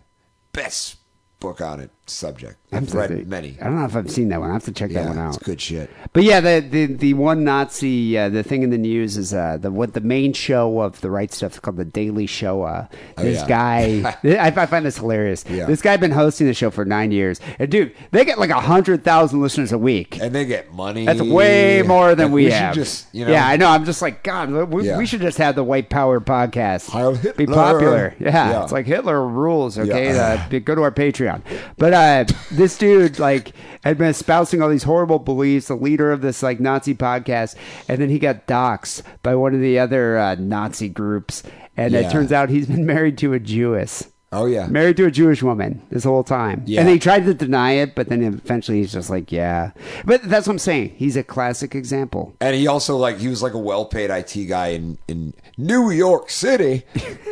S6: best book on it subject. I've read many.
S5: I don't know if I've seen that one. I have to check that one
S6: Yeah,
S5: out.
S6: it's good shit.
S5: But yeah, the the, the one Nazi uh, the thing in the news is uh, the what the main show of the right stuff is called the Daily Show. Uh, this
S6: Oh, yeah. (laughs)
S5: guy, I, I find this hilarious.
S6: Yeah.
S5: This guy been hosting the show for nine years, and dude, they get like hundred thousand listeners a week.
S6: and they get money.
S5: That's way more than
S6: Like,
S5: we,
S6: should
S5: have.
S6: Just you know,
S5: yeah, I know. I'm just like God. We,
S6: Yeah.
S5: we should just have the white power podcast
S6: Heil
S5: be
S6: Hitler.
S5: popular. Yeah,
S6: Yeah.
S5: it's like Hitler rules.
S6: (laughs)
S5: Okay,
S6: Yeah.
S5: Uh, go to our Patreon. But uh, this dude like had been espousing all these horrible beliefs. The leader of this like Nazi podcast, and then he got doxxed by one of the other uh, Nazi groups, and
S6: Yeah.
S5: it turns out he's been (laughs) married to a Jewess.
S6: Oh yeah,
S5: Married to a Jewish woman this whole time.
S6: Yeah.
S5: And he tried to deny it, but then eventually he's just like, yeah. But that's what I'm saying. He's a classic example.
S6: and he also like he was like a well-paid IT guy in in New York
S5: (laughs)
S6: City,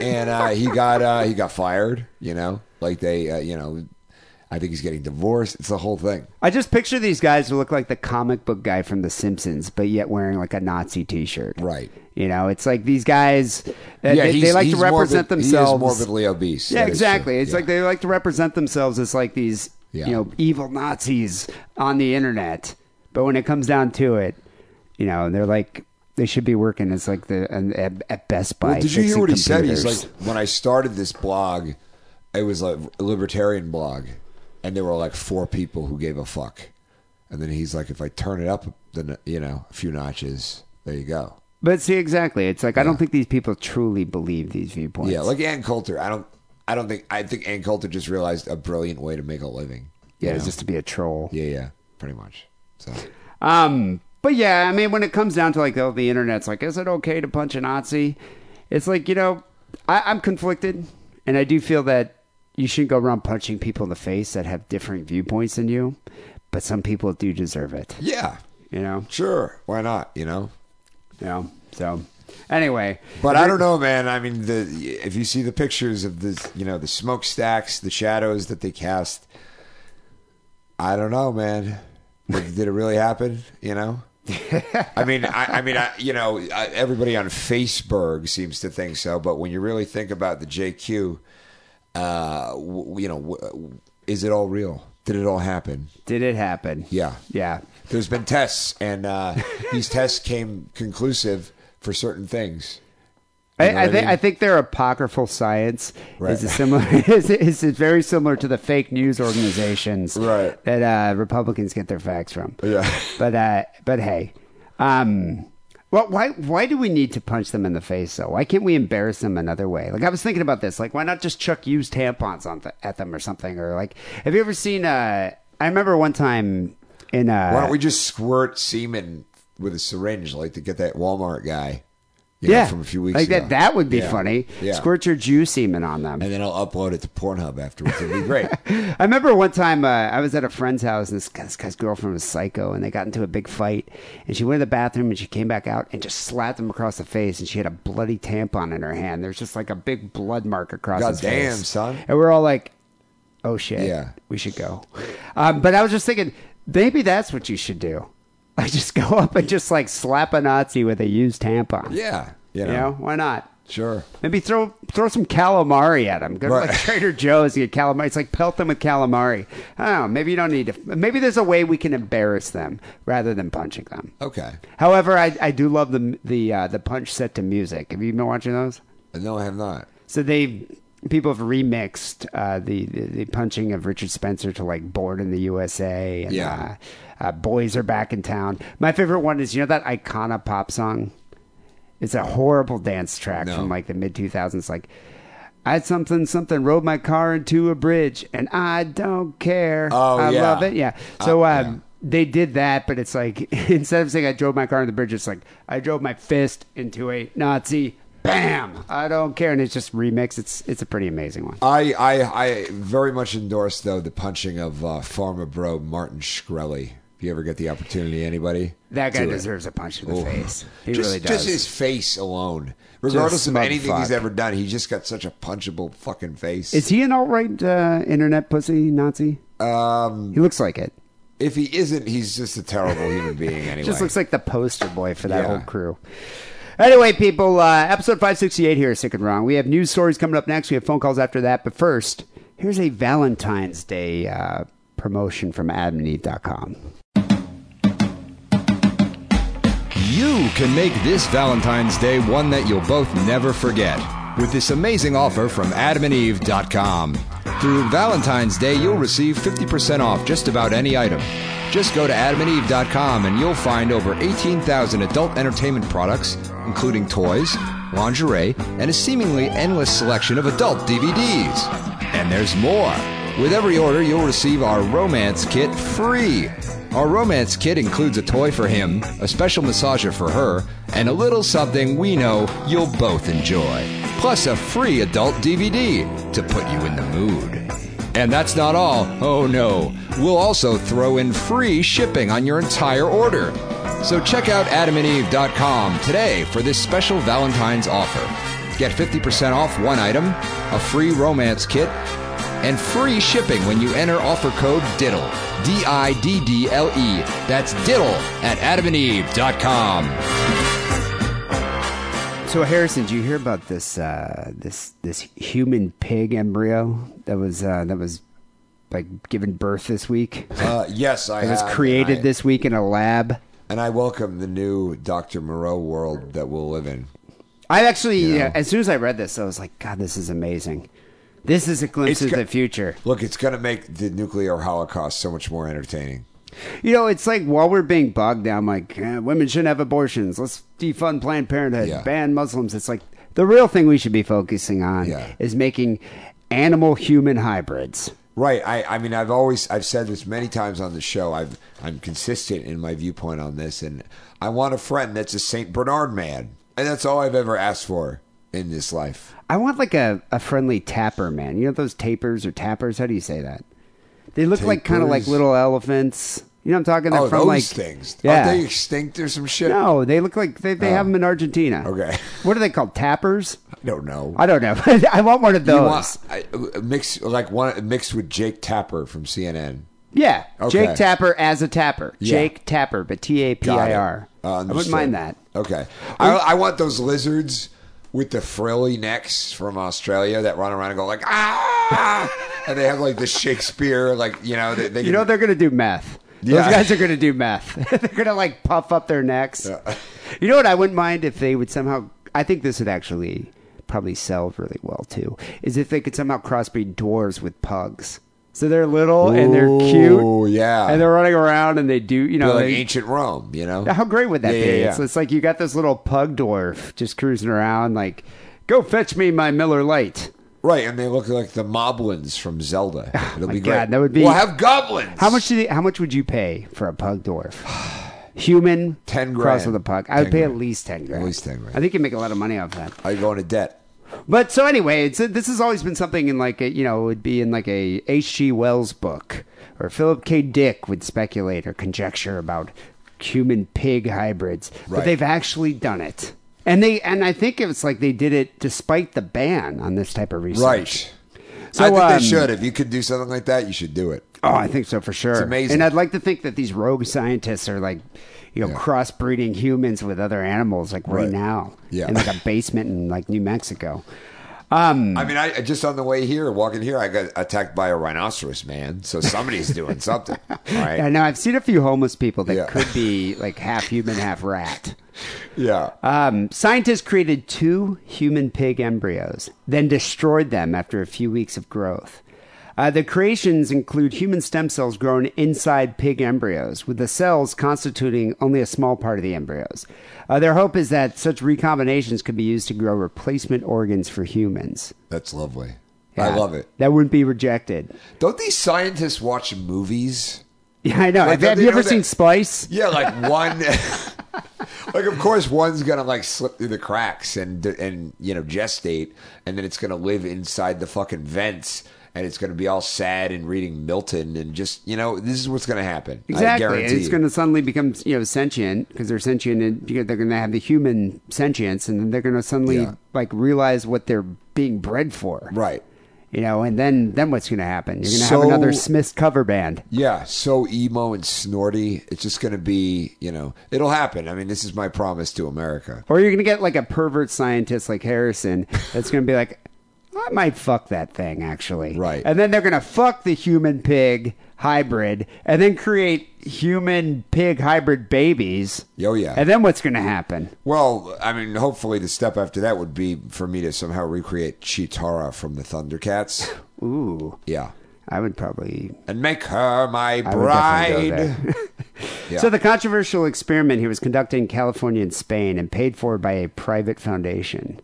S6: and uh, he got uh, he got fired. You know, like they uh, you know, I think he's getting divorced. It's the whole thing.
S5: I just picture these guys who look like the comic book guy from The Simpsons, but yet wearing like a Nazi t shirt.
S6: Right.
S5: You know, it's like these guys, uh, they, they
S6: he's-
S5: like to
S6: he's morbid-
S5: represent themselves.
S6: He is morbidly obese.
S5: Yeah,
S6: That is true.
S5: exactly. It's
S6: Yeah.
S5: like they like to represent themselves as like these,
S6: Yeah.
S5: you know, evil Nazis on the internet. But when it comes down to it, you know, they're like they should be working as like the an, at, at Best Buy.
S6: Well, did you hear
S5: fixing
S6: what he said? He's
S5: computers.
S6: like, when I started this blog, it was like a libertarian blog, and there were like four people who gave a fuck. And then he's like, if I turn it up, then you know, a few notches, there you go.
S5: but see, exactly. It's like I don't think these people truly believe these viewpoints.
S6: Yeah, like Ann Coulter. I don't, I don't think. I think Ann Coulter just realized a brilliant way to make a living. you
S5: yeah, it's
S6: know?
S5: just to be a troll.
S6: yeah, yeah, pretty much. So
S5: Um, but yeah, I mean, when it comes down to like oh, the internet's like, is it okay to punch a Nazi? It's like you know, I, I'm conflicted, and I do feel that you shouldn't go around punching people in the face that have different viewpoints than you. But some people do deserve it,
S6: yeah,
S5: you know.
S6: sure, why not? You know.
S5: You know. So, anyway,
S6: But I don't know, man. I mean, the if you see the pictures of the you know the smokestacks, the shadows that they cast, I don't know, man. Did did it really happen? You know, I mean, I, I mean, I, you know, I, everybody on Facebook seems to think so, but when you really think about the JQ, uh, w- you know, w- is it all real? Did it all happen?
S5: did it happen?
S6: Yeah.
S5: yeah.
S6: There's been tests, and uh, these tests came conclusive for certain things. You know
S5: I, I
S6: what I
S5: think
S6: mean?
S5: I think their apocryphal science
S6: Right.
S5: is a similar (laughs) is, is very similar to the fake news organizations
S6: Right.
S5: that uh, Republicans get their facts from.
S6: Yeah.
S5: But uh, but hey, um, well, why why do we need to punch them in the face though? Why can't we embarrass them another way? Like I was thinking about this. Like why not just chuck used tampons on th- at them or something? Or like have you ever seen? Uh, I remember one time in uh,
S6: Why don't we just squirt semen with a syringe, like to get that Walmart guy? you know,
S5: yeah
S6: from a few weeks
S5: like
S6: ago.
S5: that that would be
S6: Yeah.
S5: funny.
S6: Yeah.
S5: Squirt your Jew semen on them.
S6: and then I'll upload it to Pornhub afterwards. It'd be
S5: (laughs)
S6: great.
S5: I remember one time uh, I was at a friend's house and this, guy- this guy's girlfriend was psycho and they got into a big fight and she went to the bathroom and she came back out and just slapped him across the face and she had a bloody tampon in her hand. There's just like a big blood mark across
S6: God
S5: his
S6: damn,
S5: face.
S6: son.
S5: And we're all like, oh shit,
S6: Yeah.
S5: we should go. Um, but I was just thinking, maybe that's what you should do. (laughs) I just go up and just like slap a Nazi with a used tampon.
S6: yeah, you
S5: You
S6: know,
S5: know, why not?
S6: sure.
S5: Maybe throw throw some calamari at them. Go to like
S6: Right.
S5: Trader Joe's and get calamari. It's like pelt them with calamari. I don't know. Maybe you don't need to. Maybe there's a way we can embarrass them rather than punching them.
S6: Okay.
S5: However, I, I do love the the uh, the punch set to music. Have you been watching those?
S6: No, I have not.
S5: So they people have remixed uh, the, the the punching of Richard Spencer to like "Born in the USA" and
S6: Yeah.
S5: uh, uh, "Boys Are Back in Town." My favorite one is you know that Icona pop song. It's a horrible dance track
S6: No.
S5: from like the mid two thousands. Like I had something something rode my car into a bridge and I don't care.
S6: Oh,
S5: I
S6: yeah.
S5: love it. Yeah. So
S6: Uh,
S5: um, they did that, but it's like (laughs) instead of saying I drove my car into the bridge, it's like I drove my fist into a Nazi. Bam! I don't care, and it's just remix. It's it's a pretty amazing one.
S6: I, I, I very much endorse though the punching of uh, farmer bro Martin Shkreli. If you ever get the opportunity, anybody
S5: That guy
S6: do it.
S5: deserves a punch in the
S6: Oof.
S5: face. He
S6: just,
S5: really does.
S6: Just his face alone, regardless
S5: Just
S6: of anything he's
S5: motherfuck.
S6: ever done, he just got such a punchable fucking face.
S5: Is he an alt right uh, internet pussy Nazi? Um, he looks like it.
S6: if he isn't, he's just a terrible human being. Anyway,
S5: (laughs) Just looks like the poster boy for that
S6: Yeah.
S5: whole crew. Anyway, people, uh, episode 568 here, Sick and Wrong. We have news stories coming up next. We have phone calls after that. But first, here's a Valentine's Day uh, promotion from adamandeve.com.
S1: You can make this Valentine's Day one that you'll both never forget with this amazing offer from adamandeve.com. Through Valentine's Day, you'll receive 50% off just about any item. Just go to adamandeve.com and you'll find over 18,000 adult entertainment products, including toys, lingerie, and a seemingly endless selection of adult DVDs. And there's more. With every order, you'll receive our romance kit free. Our romance kit includes a toy for him, a special massager for her, and a little something we know you'll both enjoy. Plus, a free adult DVD to put you in the mood. And that's not all. Oh no. We'll also throw in free shipping on your entire order. So check out adamandeve.com today for this special Valentine's offer. Get 50% off one item, a free romance kit, and free shipping when you enter offer code DIDDLE. D I D D L E. That's diddle at adamandeve.com.
S5: So, Harrison, did you hear about this uh, this this human pig embryo that was uh, that was like given birth this week?
S6: uh, yes, I
S5: It was
S6: have,
S5: created
S6: and I-
S5: this week in a lab.
S6: and I welcome the new Doctor Moreau world that we'll live in.
S5: I actually, yeah, as soon as I read this, I was like, God, this is amazing. This is a glimpse
S6: It's
S5: of
S6: go-
S5: the future.
S6: Look, it's going to make the nuclear holocaust so much more entertaining.
S5: You know, it's like while we're being bogged down, like eh, women shouldn't have abortions. Let's defund Planned Parenthood,
S6: Yeah.
S5: ban Muslims. It's like the real thing we should be focusing on
S6: Yeah.
S5: is making animal human hybrids.
S6: Right. I, I mean, I've always I've said this many times on the show. I've I'm consistent in my viewpoint on this, and I want a friend that's a Saint Bernard man, and that's all I've ever asked for in this life.
S5: I want like a, a friendly tapper man. You know those tapers or tappers? How do you say that? They look like kind of like
S6: Tapers?
S5: little elephants. You know what I'm talking? They're
S6: oh, those
S5: from like
S6: things.
S5: Yeah.
S6: Aren't they extinct or some shit?
S5: No, they look like they, they have them in Argentina.
S6: Okay.
S5: What are they called? Tappers?
S6: I don't know.
S5: I don't know. (laughs) I want one of
S6: You
S5: those.
S6: want- I- uh, mixed like one mixed with Jake Tapper from CNN.
S5: yeah.
S6: Okay.
S5: Jake Tapper as a tapper.
S6: Yeah.
S5: Jake Tapper, but T A P
S6: Got it.
S5: I R.
S6: Uh,
S5: I wouldn't
S6: understood.
S5: mind that.
S6: Okay. I, I want those lizards with the frilly necks from Australia that run around and go like ah, and they have like the Shakespeare like you know they, they
S5: You know
S6: can-
S5: they're gonna do meth.
S6: Yeah.
S5: Those guys are gonna (laughs) do meth. they're gonna like puff up their necks. You know what? I wouldn't mind if they would somehow I think this would actually probably sell really well too. Is if they could somehow crossbreed dwarves with pugs. So they're little and they're
S6: Ooh,
S5: cute,
S6: yeah.
S5: and they're running around and they do you know
S6: They're like
S5: they-
S6: ancient Rome, you know?
S5: uh, How great would that
S6: Yeah,
S5: be?
S6: yeah, yeah.
S5: It's, it's like you got this little pug dwarf just cruising around, like, go fetch me my Miller Light.
S6: Right, and they look like the Moblins from
S5: (laughs)
S6: Zelda. It'll
S5: Oh my
S6: be great.
S5: God, that would be-
S6: We'll have goblins.
S5: How much? Do you, how much would you pay for a
S6: (sighs)
S5: pug dwarf? Human,
S6: 10
S5: cross
S6: grand.
S5: with a pug. I would
S6: 10
S5: pay at
S6: grand.
S5: least ten grand.
S6: least 10 grand.
S5: I think you make a lot of money off that.
S6: Are you going to debt?
S5: But so anyway, it's this has always been something in like a, you know it would be in like a H.G. Wells book or Philip K. Dick would speculate or conjecture about human pig hybrids, but
S6: Right.
S5: they've actually done it, and they and I think it's like they did it despite the ban on this type of research.
S6: Right.
S5: So,
S6: I think
S5: um,
S6: they should. If you could do something like that, you should do it.
S5: Oh, I think so for sure. It's
S6: amazing.
S5: and I'd like to think that these rogue scientists are like, you know, crossbreeding humans with other animals, like right,
S6: Right.
S5: now,
S6: Yeah.
S5: in like a basement in like New Mexico. Mm.
S6: I mean, I I- just on the way here, walking here, I got attacked by a rhinoceros, man. So somebody's doing
S5: (laughs)
S6: something. All
S5: I
S6: right.
S5: know I've seen a few homeless people that
S6: Yeah.
S5: could be like half human, half rat.
S6: Yeah.
S5: Um, scientists created two human pig embryos, then destroyed them after a few weeks of growth. Uh, the creations include human stem cells grown inside pig embryos, with the cells constituting only a small part of the embryos. Uh, their hope is that such recombinations could be used to grow replacement organs for humans.
S6: That's lovely.
S5: Yeah.
S6: I love it.
S5: That wouldn't be rejected. (laughs)
S6: Don't these scientists watch movies?
S5: Yeah, I know.
S6: Like,
S5: have
S6: don't
S5: have
S6: they
S5: you ever
S6: know
S5: seen
S6: that-
S5: Splice?
S6: Yeah, like
S5: (laughs)
S6: one. (laughs) like of course one's gonna like slip through the cracks and and you know gestate, and then it's gonna live inside the fucking vents, and it's gonna be all sad and reading Milton and just you know this is what's gonna happen. I
S5: Exactly.
S6: guarantee
S5: It's
S6: you.
S5: going to suddenly become you know sentient because they're sentient and because they're going to have the human sentience and then they're going to suddenly
S6: Yeah.
S5: like realize what they're being bred for.
S6: right.
S5: You know, and then then what's going to happen? You're going to
S6: So-
S5: have another Smiths cover band.
S6: Yeah, so emo and snorty. It's just gonna be you know it'll happen. I mean this is my promise to America.
S5: Or you're going to get like a pervert scientist like Harrison that's going to be like, I might fuck that thing actually.
S6: Right.
S5: And then they're going to fuck the human pig hybrid and then create human pig hybrid babies.
S6: Oh, yeah.
S5: And then what's going to happen?
S6: Well, I mean, hopefully the step after that would be for me to somehow recreate Chitara from the
S5: (sighs)
S6: Thundercats.
S5: Ooh.
S6: Yeah.
S5: I would probably
S6: and make her my
S5: I would definitely go
S6: bride.
S5: (laughs) there.
S6: Yeah.
S5: So the controversial experiment he was conducting in California and Spain and paid for by a private
S6: (sighs)
S5: foundation,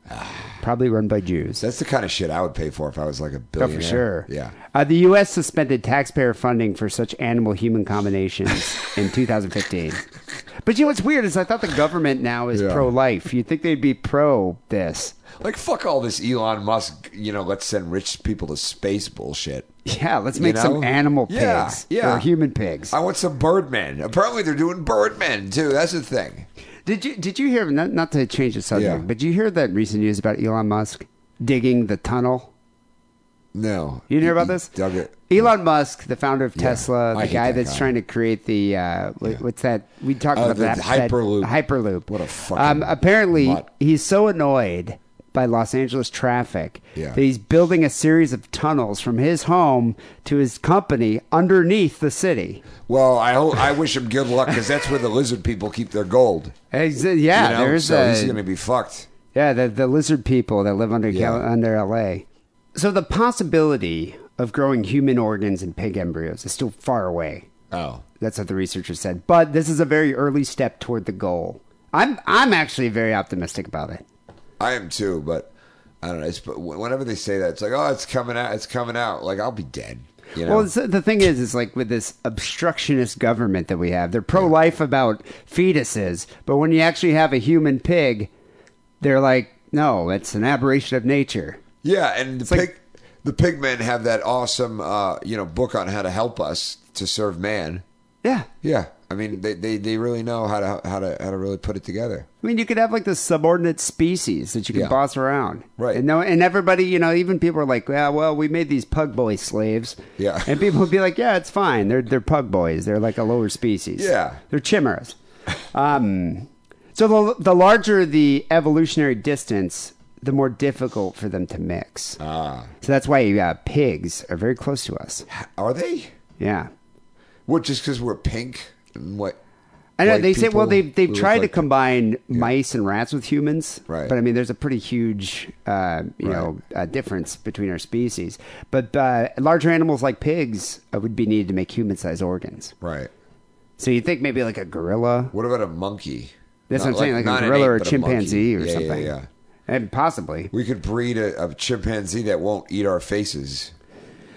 S5: probably run by
S6: (laughs)
S5: Jews.
S6: That's the kind of shit I would pay for if I was like a
S5: Oh,
S6: billionaire.
S5: for sure.
S6: Yeah.
S5: Uh, the U.S. suspended taxpayer funding for such
S6: (laughs)
S5: animal-human combinations in 2015. But you know what's weird is I thought the government now is
S6: Yeah.
S5: pro-life. You'd think they'd be pro this.
S6: Like fuck all this Elon Musk, you know, let's send rich people to space bullshit.
S5: Yeah, let's
S6: You
S5: make some
S6: know?
S5: animal
S6: Yeah,
S5: pigs
S6: yeah.
S5: or human pigs.
S6: I want some Birdmen. Apparently they're doing Birdmen too. That's the thing.
S5: Did you did you hear not, not to change the subject,
S6: Yeah.
S5: but did you hear that recent news about Elon Musk digging the tunnel?
S6: No.
S5: You hear about
S6: He
S5: this?
S6: Dug it.
S5: Elon Musk, the founder of Tesla,
S6: I
S5: the
S6: hate
S5: guy
S6: that
S5: that's
S6: guy.
S5: trying to create the uh, wh- what's that? We talked
S6: Oh,
S5: about
S6: the
S5: that that-
S6: Hyperloop.
S5: Hyperloop. Um,
S6: What a fucking
S5: apparently,
S6: mutt.
S5: he's so annoyed by Los Angeles traffic
S6: Yeah.
S5: that he's building a series of tunnels from his home to his company underneath the city.
S6: Well, I hope, I wish him good luck because that's where the lizard people keep their gold.
S5: And he's- yeah,
S6: you know?
S5: there's
S6: so
S5: a,
S6: he's gonna be fucked.
S5: Yeah, the, the lizard people that live under Cal-
S6: Yeah.
S5: under LA. So the possibility of growing human organs in pig embryos is still far away.
S6: Oh.
S5: That's what the researchers said. But this is a very early step toward the goal. I'm I'm actually very optimistic about it.
S6: I am too, but I don't know. It's, but whenever they say that, it's like, oh, it's coming out, it's coming out. Like I'll be dead. You know?
S5: Well, it's, the thing is, is like with this obstructionist government that we have, they're pro-life about fetuses, but when you actually have a human pig, they're like, no, it's an aberration of nature.
S6: Yeah, and the
S5: like-
S6: pig, the pigmen have that awesome, uh, you know, book on how to help us to serve man.
S5: Yeah,
S6: Yeah, I mean, they, they, they really know how to how to how to really put it together.
S5: I mean, you could have like this subordinate species that you could
S6: Yeah.
S5: boss around,
S6: Right.
S5: And no, and everybody, you know, even people are like, "Yeah, well, we made these pug boy slaves."
S6: Yeah.
S5: and people would be like, "Yeah, it's fine. They're they're pug boys. They're like a lower species.
S6: Yeah.
S5: they're chimeras." um, so the the larger the evolutionary distance, the more difficult for them to mix. Ah, so that's why uh, pigs are very close to us.
S6: Are they?
S5: Yeah.
S6: What? Just because we're pink? And what?
S5: I know
S6: white
S5: they say,
S6: people
S5: well, they've
S6: who
S5: they've
S6: look
S5: tried to
S6: like-
S5: combine mice and rats with humans,
S6: Right.
S5: But I mean, there's a pretty huge, uh, you know, uh, difference between our species. But uh, larger animals like pigs uh, would be needed to make human-sized organs.
S6: Right.
S5: So you think maybe like a gorilla?
S6: What about a monkey?
S5: That's
S6: Not
S5: what I'm saying, like,
S6: not
S5: a
S6: an
S5: gorilla
S6: ape,
S5: or a
S6: but
S5: chimpanzee
S6: monkey.
S5: or
S6: Yeah, yeah,
S5: something,
S6: yeah.
S5: and possibly.
S6: We could breed a, a chimpanzee that won't eat our faces.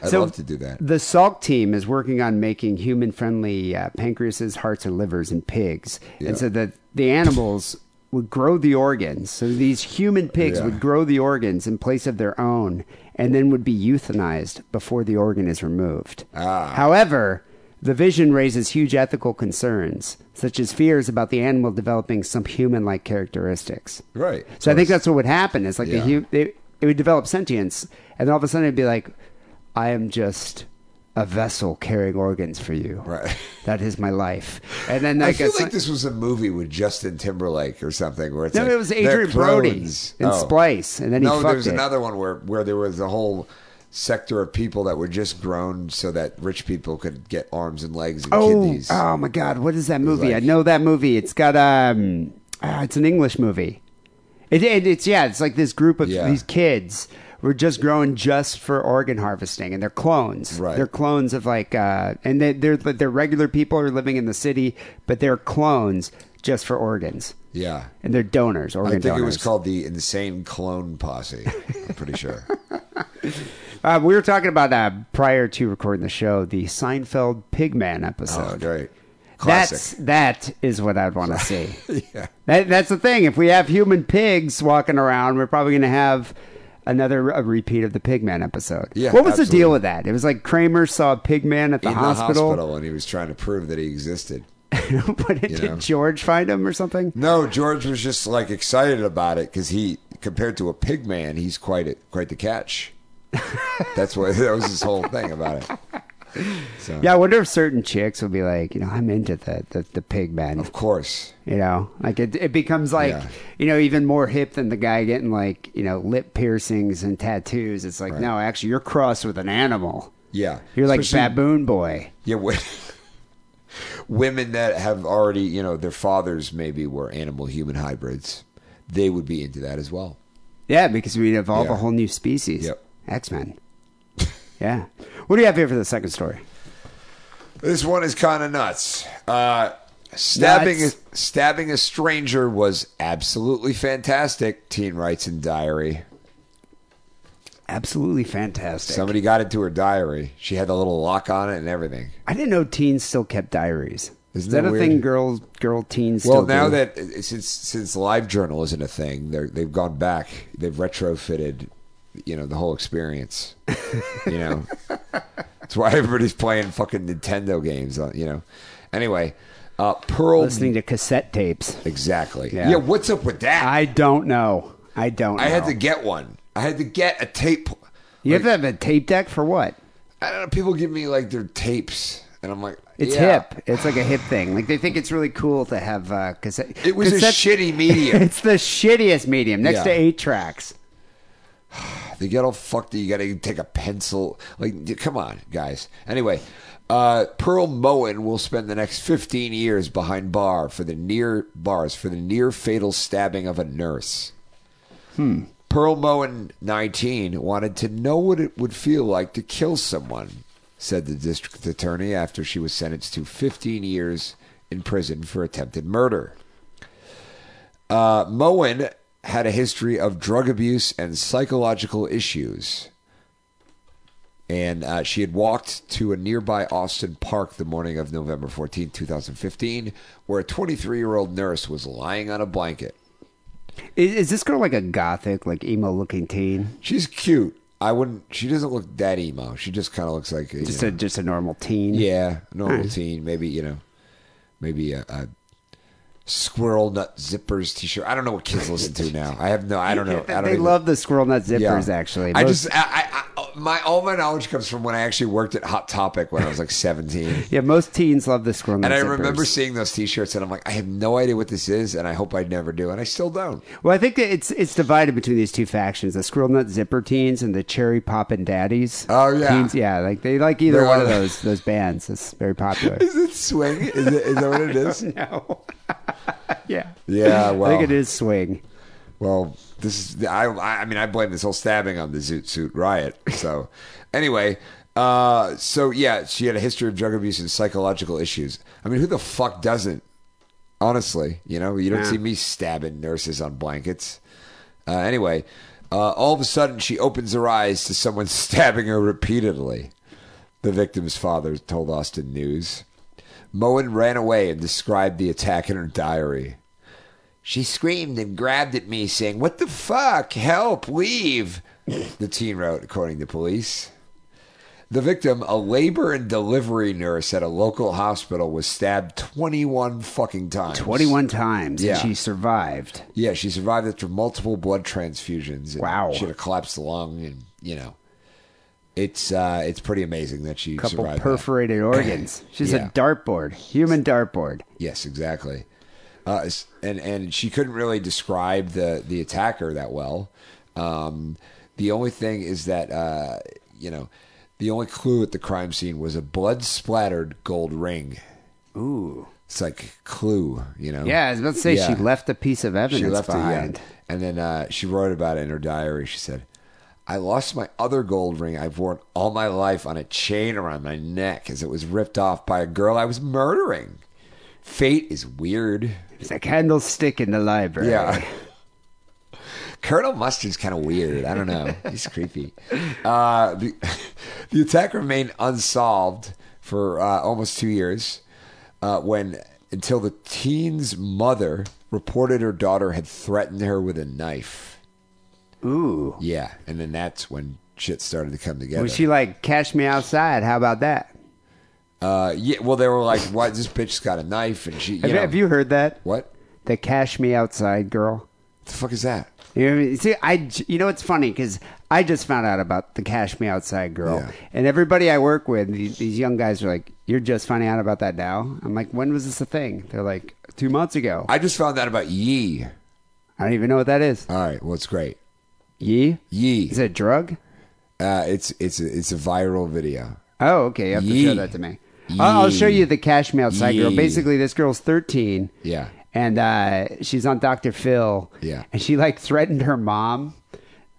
S6: I'd
S5: So
S6: love to do that.
S5: The Salk team is working on making human-friendly uh, pancreases, hearts, and livers in pigs,
S6: Yeah.
S5: and so that the animals would grow the organs. So these human pigs
S6: Yeah.
S5: would grow the organs in place of their own, and then would be euthanized before the organ is removed.
S6: Ah.
S5: However. The vision raises huge ethical concerns, such as fears about the animal developing some human like characteristics.
S6: Right.
S5: So I think that's what would happen. Is like
S6: Yeah.
S5: the hu- it, it would develop sentience, and then all of a sudden it'd be like, I am just a vessel carrying organs for you.
S6: Right.
S5: That is my life. And then
S6: I
S5: like,
S6: feel
S5: it's
S6: like
S5: not-
S6: this was a movie with Justin Timberlake or something where it's
S5: No,
S6: like,
S5: it was
S6: they're
S5: Adrian Brody in
S6: clones. Oh.
S5: Splice, and then he
S6: no,
S5: fucked
S6: there was
S5: it.
S6: another one where where there was a whole sector of people that were just grown so that rich people could get arms and legs and
S5: Oh,
S6: kidneys.
S5: oh my God! What is that movie? I
S6: like-
S5: know that movie. It's got um, ah, it's an English movie. It, it it's yeah, it's like this group of
S6: Yeah.
S5: these kids were just growing just for organ harvesting, and they're clones.
S6: Right.
S5: They're clones of like, uh, and they, they're but they're regular people who are living in the city, but they're clones just for organs,
S6: Yeah.
S5: and they're donors.
S6: I
S5: Organ
S6: think
S5: donors.
S6: it was called the Insane Clone Posse. I'm pretty
S5: (laughs)
S6: sure.
S5: Uh, we were talking about uh, prior to recording the show, the Seinfeld Pigman
S6: oh,
S5: episode.
S6: great. Classic.
S5: (laughs) That's that is what
S6: (laughs)
S5: I'd want to see.
S6: yeah.
S5: That, that's the thing. If we have human pigs walking around, we're probably going to have another a repeat of the Pigman episode.
S6: Yeah,
S5: what was the
S6: absolutely.
S5: deal with that? It was like Kramer saw a Pigman at the
S6: In
S5: hospital,
S6: the hospital, and he was trying to prove that he existed.
S5: (laughs) but it,
S6: you
S5: did
S6: know.
S5: George find him or something?
S6: No, George was just like excited about it because he, compared to a pig man, he's quite a, quite the catch. That's what that was his whole thing about it. So,
S5: Yeah, I wonder if certain chicks will be like, you know, I'm into the the, the Pigman.
S6: of course.
S5: You know, like it, it becomes like
S6: Oh. Yeah.
S5: you know even more hip than the guy getting like you know lip piercings and tattoos. It's like no, actually, you're crossed with an animal.
S6: Yeah,
S5: You're like
S6: Especially-
S5: baboon boy.
S6: Yeah, wo- (laughs) women that have already, you know, their fathers maybe were animal human hybrids. They would be into that as well.
S5: Yeah, because we'd evolve
S6: Yeah.
S5: a whole new species.
S6: Yep.
S5: X Men. yeah. What do you have here for the second story?
S6: This one is kind of nuts. Uh, stabbing
S5: Nuts.
S6: A, stabbing a stranger was absolutely fantastic. Teen writes in diary.
S5: Absolutely fantastic.
S6: Somebody got into her diary. She had the little lock on it and everything.
S5: I didn't know teens still kept diaries. Is
S6: Isn't
S5: that,
S6: that
S5: a
S6: weird?
S5: thing girls girl teens
S6: Well,
S5: still
S6: now
S5: do?
S6: that uh, since since live journal isn't a thing, they're, they've gone back. They've retrofitted, you know, the whole experience. you
S5: (laughs)
S6: know, that's why everybody's playing fucking Nintendo games. On you know, anyway, uh, Pearl.
S5: listening to cassette tapes.
S6: exactly.
S5: Yeah.
S6: Yeah. What's up with that?
S5: I don't know. I don't
S6: I had
S5: know.
S6: to get one. I had to get a tape.
S5: You have to have a tape deck for what?
S6: I don't know. People give me like their tapes, and I'm like,
S5: It's
S6: yeah.
S5: hip. It's like a hip thing. Like they think it's really cool to have uh, cassette.
S6: It was
S5: cassette-
S6: a
S5: (laughs)
S6: shitty medium.
S5: It's the shittiest medium next
S6: Yeah.
S5: to eight tracks.
S6: they get all fucked. You got to take a pencil. Like, d- come on, guys. Anyway, uh, Pearl Moen will spend the next 15 years behind bar for the near bars for the near fatal stabbing of a nurse. Pearl Moen, 19, wanted to know what it would feel like to kill someone, said the district attorney after she was sentenced to 15 years in prison for attempted murder. Uh, Moen had a history of drug abuse and psychological issues. And uh, she had walked to a nearby Austin park the morning of November 14, 2015, where a 23 year old nurse was lying on a blanket.
S5: Is, is this girl like a gothic, like emo looking teen?
S6: She's cute. I wouldn't. She doesn't look that emo. She just kind of looks like you
S5: Just
S6: know,
S5: a Hmm. just a normal teen.
S6: yeah, normal teen. Maybe you know, maybe a, a squirrel nut zippers t-shirt. I don't
S5: (laughs)
S6: know what kids listen to now. I have no. I don't know. I don't
S5: they
S6: even-
S5: love the squirrel nut
S6: Yeah.
S5: zippers. Actually,
S6: I
S5: Most-
S6: just I, I, I my all my knowledge comes from when I actually worked at Hot Topic when I
S5: (laughs)
S6: was like 17.
S5: Yeah, most teens love the scrum.
S6: And I remember seeing those T-shirts, and I'm like, I have no idea what this is, and I hope I never do, and I still don't. (laughs)
S5: Well, I think that it's it's divided between these two factions: the squirrel nut zipper teens and the cherry poppin' daddies.
S6: Oh, yeah.
S5: teens, yeah. Like they like either
S6: They're
S5: one
S6: all-
S5: of those those bands. It's very popular.
S6: (laughs) Is it swing? Is, it, is that what it
S5: (laughs)
S6: is?
S5: no. (laughs) yeah.
S6: Yeah, well,
S5: I think it is swing.
S6: Well, this is I. I mean, I blame this whole stabbing on the Zoot Suit riot. So, anyway, uh, so yeah, she had a history of drug abuse and psychological issues. I mean, who the fuck doesn't? Honestly, you know, you don't see me stabbing nurses on blankets. Uh, anyway, uh, all of a sudden, she opens her eyes to someone (laughs) stabbing her repeatedly. The victim's father told Austin News. Moen ran away and described the attack in her diary. She screamed and grabbed at me, saying, What the fuck? Help, leave. The teen wrote, according to police. The victim, a labor and delivery nurse at a local hospital, was stabbed 21 fucking times.
S5: Twenty one times.
S6: Yeah.
S5: And she survived.
S6: Yeah, she survived after multiple blood transfusions. and
S5: Wow.
S6: She had a collapsed lung, and, you know, it's uh, it's pretty amazing that she
S5: Couple
S6: survived. that. (clears throat)
S5: perforated organs. She's
S6: Yeah.
S5: a dartboard, human dartboard.
S6: Yes, exactly. Uh, s- and and she couldn't really describe the the attacker that well. Um, the only thing is that uh, you know, the only clue at the crime scene was a blood splattered gold ring.
S5: Ooh.
S6: It's like clue, you know.
S5: Yeah, I was about to say
S6: Oh. Yeah.
S5: she left a piece of evidence
S6: She left it, yeah.
S5: behind.
S6: And then uh, she wrote about it in her diary. She said, I lost my other gold ring I've worn all my life on a chain around my neck as it was ripped off by a girl I was murdering. Fate is weird.
S5: It's a candlestick in the library.
S6: Yeah. Colonel Mustard's kind of weird. I don't know. He's creepy. Uh, the, (laughs) the attack remained unsolved for uh, almost two years uh, when until the teen's mother reported her daughter had threatened her with a knife.
S5: Ooh.
S6: Yeah, and then that's when shit started to come together.
S5: Was she like, cash me outside? How about that?
S6: uh, yeah, well, they were like, "What? This bitch's got a knife," and she. You
S5: Have,
S6: know,
S5: have you heard that?
S6: What
S5: The cash me outside girl.
S6: the fuck is that?
S5: You know, what I mean? see, I j- you know it's funny because I just found out about the cash me outside girl,
S6: Yeah.
S5: and everybody I work with, these, these young guys are like, "You're just finding out about that now." I'm like, "When was this a thing?" They're like, two months ago." I,
S6: I just found out about Yee.
S5: don't even know what that is.
S6: All right, well, it's great.
S5: Yee?
S6: Yee.
S5: Is it a drug?
S6: Uh, it's it's a, it's a viral video.
S5: Oh, okay. You have to
S6: Yee.
S5: show that to me. I'll, I'll show
S6: Yee.
S5: you the cash me outside girl.
S6: Yee.
S5: Basically, this girl's 13.
S6: Yeah.
S5: And uh, she's on Dr. Phil.
S6: Yeah.
S5: And she like threatened her mom.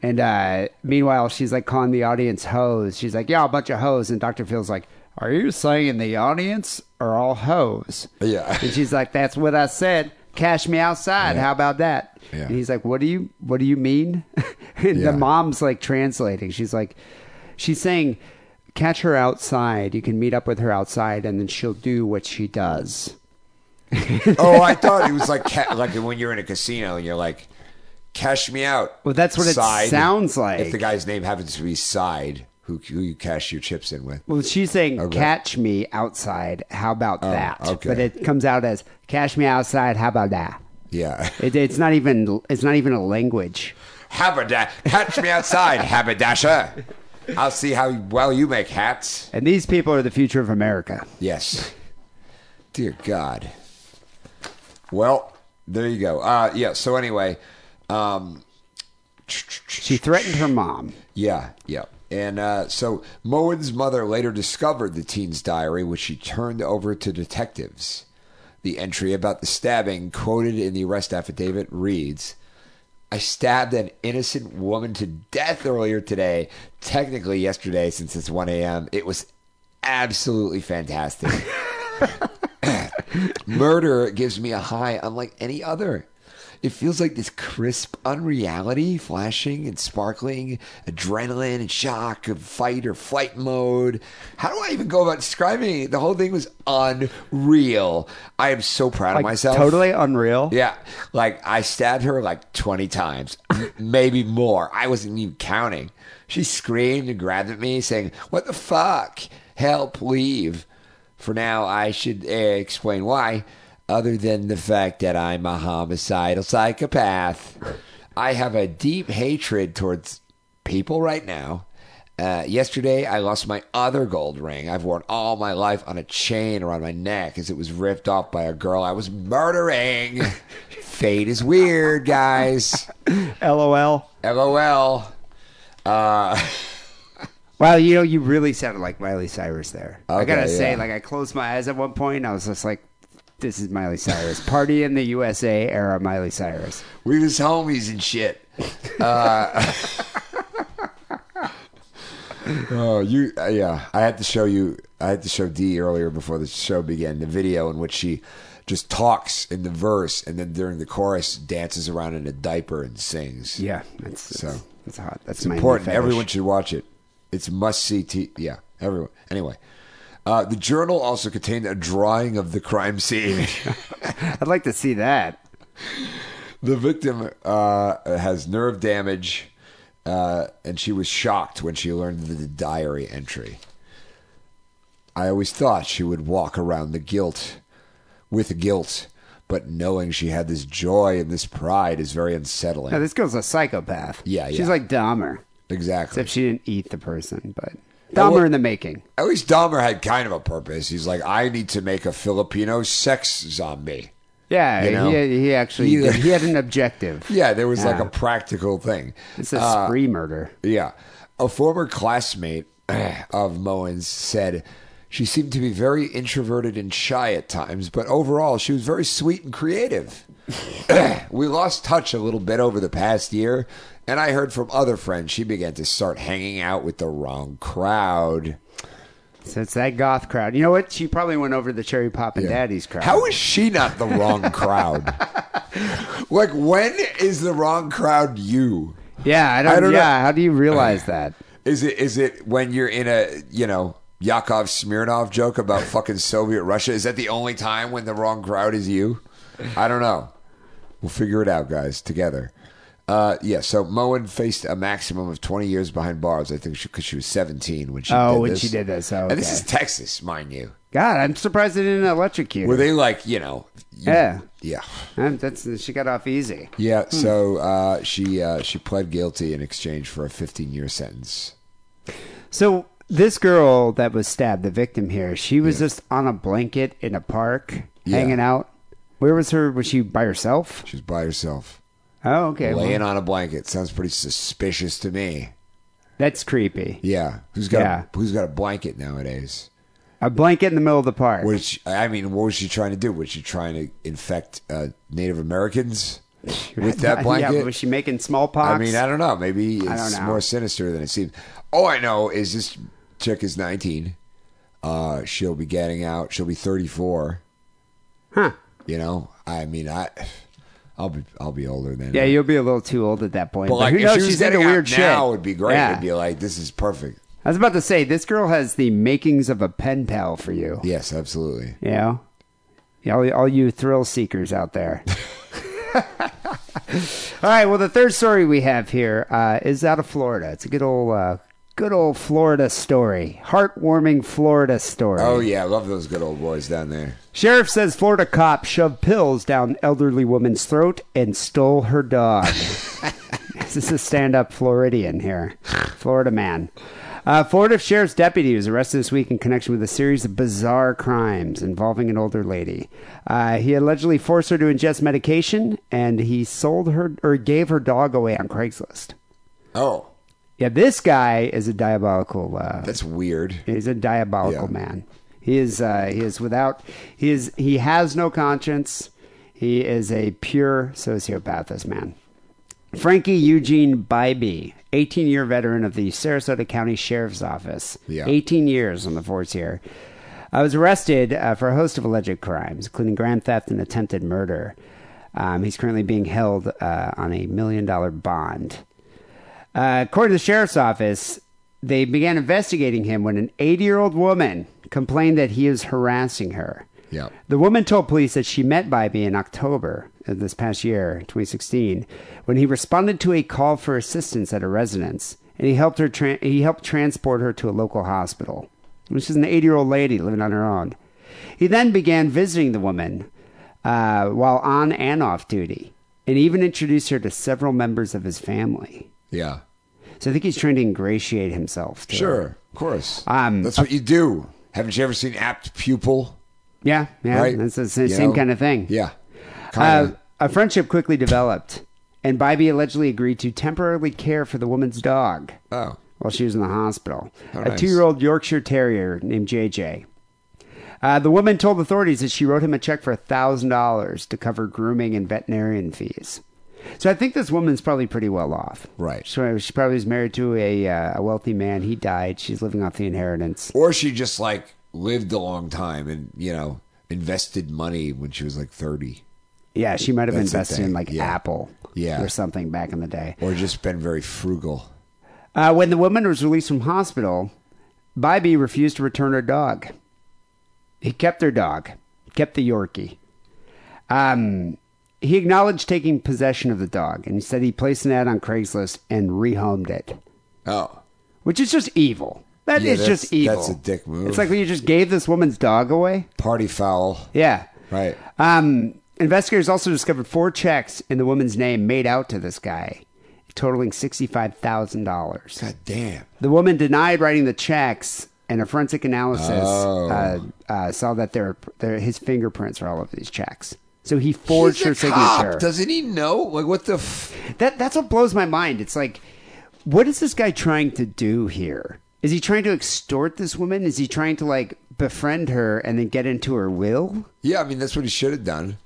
S5: And uh, meanwhile, she's like calling the audience hoes. She's like, yeah, a bunch of hoes. And Dr. Phil's like, are you saying the audience are all hoes?
S6: Yeah.
S5: And she's like, that's what I said. Cash me outside. How about that?
S6: Yeah.
S5: And he's like, what do you, what do you mean? (laughs) and
S6: Yeah.
S5: the mom's like translating. She's like, she's saying, catch her outside. You can meet up with her outside and then she'll do what she does.
S6: Oh, I thought it was like ca- like when you're in a casino and you're like, cash me out.
S5: Well, that's what it sounds like.
S6: If the guy's name happens to be Side, who who you cash your chips in with.
S5: Well, she's saying,
S6: Okay. Oh,
S5: catch me outside. How about that?
S6: okay.
S5: But it comes out as, catch me outside. How about that?
S6: Yeah,
S5: It, it's not even, it's not even a language.
S6: haberdash, catch me outside, haberdasher. I'll see how well you make hats.
S5: And these people are the future of America.
S6: Yes. Dear God. Well, there you go. Uh, yeah. So anyway, um,
S5: She threatened her mom.
S6: Yeah, yeah. And uh, so Moen's mother later discovered the teen's diary, which she turned over to detectives. The entry about the stabbing, quoted in the arrest affidavit, reads I stabbed an innocent woman to death earlier today, technically yesterday, since it's 1 a.m. It was absolutely fantastic. (laughs) Murder gives me a high unlike any other. It feels like this crisp unreality, flashing and sparkling, adrenaline and shock of fight or flight mode. How do I even go about describing it? The whole thing was unreal. I am so proud of
S5: Like,
S6: myself.
S5: totally unreal.
S6: Yeah, like I stabbed her like 20 times, m- maybe more. I wasn't even counting. She screamed and grabbed at me, saying, What the fuck? Help, leave. For now, I should uh, explain why, other than the fact that I'm a homicidal psychopath. I have a deep hatred towards people right now Uh, yesterday, I lost my other gold ring I've worn all my life on a chain around my neck as it was ripped off by a girl I was murdering. Fate is weird, guys.
S5: LOL.
S6: LOL.
S5: Wow, you know, you really sounded like Miley Cyrus there. I
S6: Okay,
S5: gotta say,
S6: yeah.
S5: like, I closed my eyes at one point, and I was just like, "This is Miley Cyrus, party in the USA era, Miley Cyrus."
S6: We was homies and shit. Uh, (laughs) oh, you uh, yeah. I had to show you. I had to show D earlier before the show began the video in which she just talks in the verse and then during the chorus dances around in a diaper and sings.
S5: Yeah, that's
S6: So,
S5: that's, that's hot. That's
S6: it's
S5: my new
S6: important.
S5: fetish.
S6: Everyone should watch it. It's must see. T- yeah, everyone. Anyway. Uh, the journal also contained a drawing of the crime
S5: (laughs)
S6: scene.
S5: I'd like to see that.
S6: The victim uh, has nerve damage, uh, and she was shocked when she learned the diary entry. I always thought she would walk around the guilt with guilt, but knowing she had this joy and this pride is very unsettling.
S5: Now, this girl's a psychopath.
S6: Yeah, yeah.
S5: she's like Dahmer,
S6: exactly.
S5: except she didn't eat the person, but
S6: Now,
S5: Dahmer
S6: what-
S5: in the making.
S6: At least Dahmer had kind of a purpose. He's like, I need to make a Filipino sex zombie.
S5: Yeah,
S6: You know?
S5: he, he actually
S6: Either-
S5: did, he
S6: (laughs)
S5: had an objective.
S6: Yeah, there was like
S5: Yeah.
S6: a practical thing.
S5: It's a
S6: Uh,
S5: spree murder.
S6: Yeah. A former classmate (clears throat) of Moen's said she seemed to be very introverted and shy at times, but overall she was very sweet and creative. (clears throat) we lost touch a little bit over the past year, and I heard from other friends she began to start hanging out with the wrong crowd.
S5: So it's that goth crowd. You know what? She probably went over to the cherry pop and daddy's crowd.
S6: How is she not the wrong crowd? like, when is the wrong crowd you?
S5: Yeah, I don't.
S6: don't know.
S5: yeah, how do you realize that?
S6: Is it is it when you're in a you know Yakov Smirnov joke about fucking Soviet Russia? Is that the only time when the wrong crowd is you? I don't know. We'll figure it out, guys, together. Uh, yeah. So Moen faced a maximum of 20 years behind bars. I think she because she was 17 when she
S5: Oh,
S6: did
S5: when
S6: this.
S5: she did this, oh,
S6: And this
S5: okay.
S6: is Texas, mind you.
S5: God, I'm surprised they didn't electrocute.
S6: Were
S5: her.
S6: they like you know? you-
S5: Yeah.
S6: Yeah.
S5: Um, that's she got off easy.
S6: Yeah. So uh, she uh, she pled guilty in exchange for a 15 year sentence.
S5: So this girl that was stabbed, the victim here, she was just on a blanket in a park,
S6: Yeah.
S5: hanging out. Where was her? Was she by herself?
S6: She was by herself.
S5: Oh, okay. well,
S6: laying on a blanket sounds pretty suspicious to me.
S5: that's creepy.
S6: Yeah, who's got
S5: Yeah.
S6: A, who's got a blanket nowadays?
S5: A blanket in the middle of the park.
S6: Which I mean, what was she trying to do? Was she trying to infect uh, Native Americans with that blanket?
S5: (laughs) Yeah, was she mamaking smallpox?
S6: I mean, I don't know. Maybe
S5: I
S6: it's
S5: don't know.
S6: more sinister than it seems. All I know is this chick is 19. Uh, she'll be getting out. She'll be 34.
S5: Huh.
S6: You know, I mean, I, I'll be, I'll be older than.
S5: yeah,
S6: her.
S5: you'll be a little too old at that point.
S6: But
S5: But,
S6: like,
S5: who
S6: if
S5: knows?
S6: she was
S5: She's into
S6: getting out
S5: weird shit.
S6: now, it'd be great.
S5: Yeah.
S6: It'd be like, this is perfect.
S5: I was about to say, this girl has the makings of a pen pal for you.
S6: Yes, absolutely.
S5: You know, Yeah, all, all you thrill seekers out there. (laughs) all right. Well, the third story we have here uh, is out of Florida. It's a good old, uh, good old Florida story. Heartwarming Florida story.
S6: Oh yeah, I love those good old boys down there.
S5: Sheriff says Florida cop shoved pills down elderly woman's throat and stole her dog. this is a stand up Floridian here. Florida man. Uh, Florida sheriff's deputy was arrested this week in connection with a series of bizarre crimes involving an older lady. Uh, he allegedly forced her to ingest medication and he sold her or gave her dog away on Craigslist.
S6: Oh,
S5: Yeah, this guy is a diabolical uh,
S6: that's weird.
S5: He's a diabolical
S6: Yeah.
S5: man. He is. Uh, he is without. He is. He has no conscience. He is a pure sociopath. This man, Frankie Eugene Bybee, 18-year veteran of the Sarasota County Sheriff's Office.
S6: Yeah.
S5: 18 years on the force here. I was arrested uh, for a host of alleged crimes, including grand theft and attempted murder. Um, he's currently being held uh, on a million dollar bond. Uh, according to the sheriff's office, they began investigating him when an 80 year old woman complained that he is harassing her.
S6: Yeah.
S5: The woman told police that she met Bybee in October of this past year, 2016, when he responded to a call for assistance at a residence, and he helped her. Tra- he helped transport her to a local hospital, which is an 80 year old lady living on her own. He then began visiting the woman uh, while on and off duty, and even introduced her to several members of his family.
S6: Yeah.
S5: So I think he's trying to ingratiate himself. To her.
S6: Sure, of course.
S5: Um,
S6: That's what you do. Haven't you ever seen Apt Pupil?
S5: Yeah, yeah.
S6: Right?
S5: That's the sa-
S6: You
S5: same
S6: know?
S5: kind of thing.
S6: Yeah.
S5: Uh,
S6: Kinda.
S5: a friendship quickly developed, and Bybee allegedly agreed to temporarily care for the woman's dog
S6: oh,
S5: while she was in the hospital
S6: How
S5: a
S6: Oh, nice.
S5: two year old Yorkshire Terrier named JJ. Uh, the woman told authorities that she wrote him a check for $1,000 to cover grooming and veterinarian fees. So I think this woman's probably pretty well off.
S6: Right.
S5: So she probably was married to a, uh, a wealthy man. He died. She's living off the inheritance.
S6: or she just like lived a long time and you know invested money when she was like thirty,
S5: Yeah, she might have
S6: That's the
S5: invested in
S6: thing,
S5: like
S6: yeah.
S5: Apple
S6: Yeah.
S5: or something back in the day.
S6: or just been very frugal.
S5: Uh, when the woman was released from hospital, Bybee refused to return her dog. He kept her dog, kept the Yorkie. Um, he acknowledged taking possession of the dog, and he said he placed an ad on Craigslist and rehomed it,
S6: Oh,
S5: which is just evil. That is
S6: Yeah, that's-
S5: just evil.
S6: that's a dick move.
S5: It's like when you just gave this woman's dog away.
S6: party foul.
S5: Yeah.
S6: Right.
S5: Um, investigators also discovered four checks in the woman's name made out to this guy, totaling sixty-five thousand dollars.
S6: God damn.
S5: The woman denied writing the checks, and a forensic analysis
S6: Oh.
S5: uh, uh, saw that there, there his fingerprints were all over these checks. So he forged
S6: He's a
S5: her
S6: cop.
S5: signature.
S6: Doesn't he know? Like what the? F-
S5: that that's what blows my mind. It's like, what is this guy trying to do here? Is he trying to extort this woman? Is he trying to like befriend her and then get into her will?
S6: yeah, I mean that's what he should have done.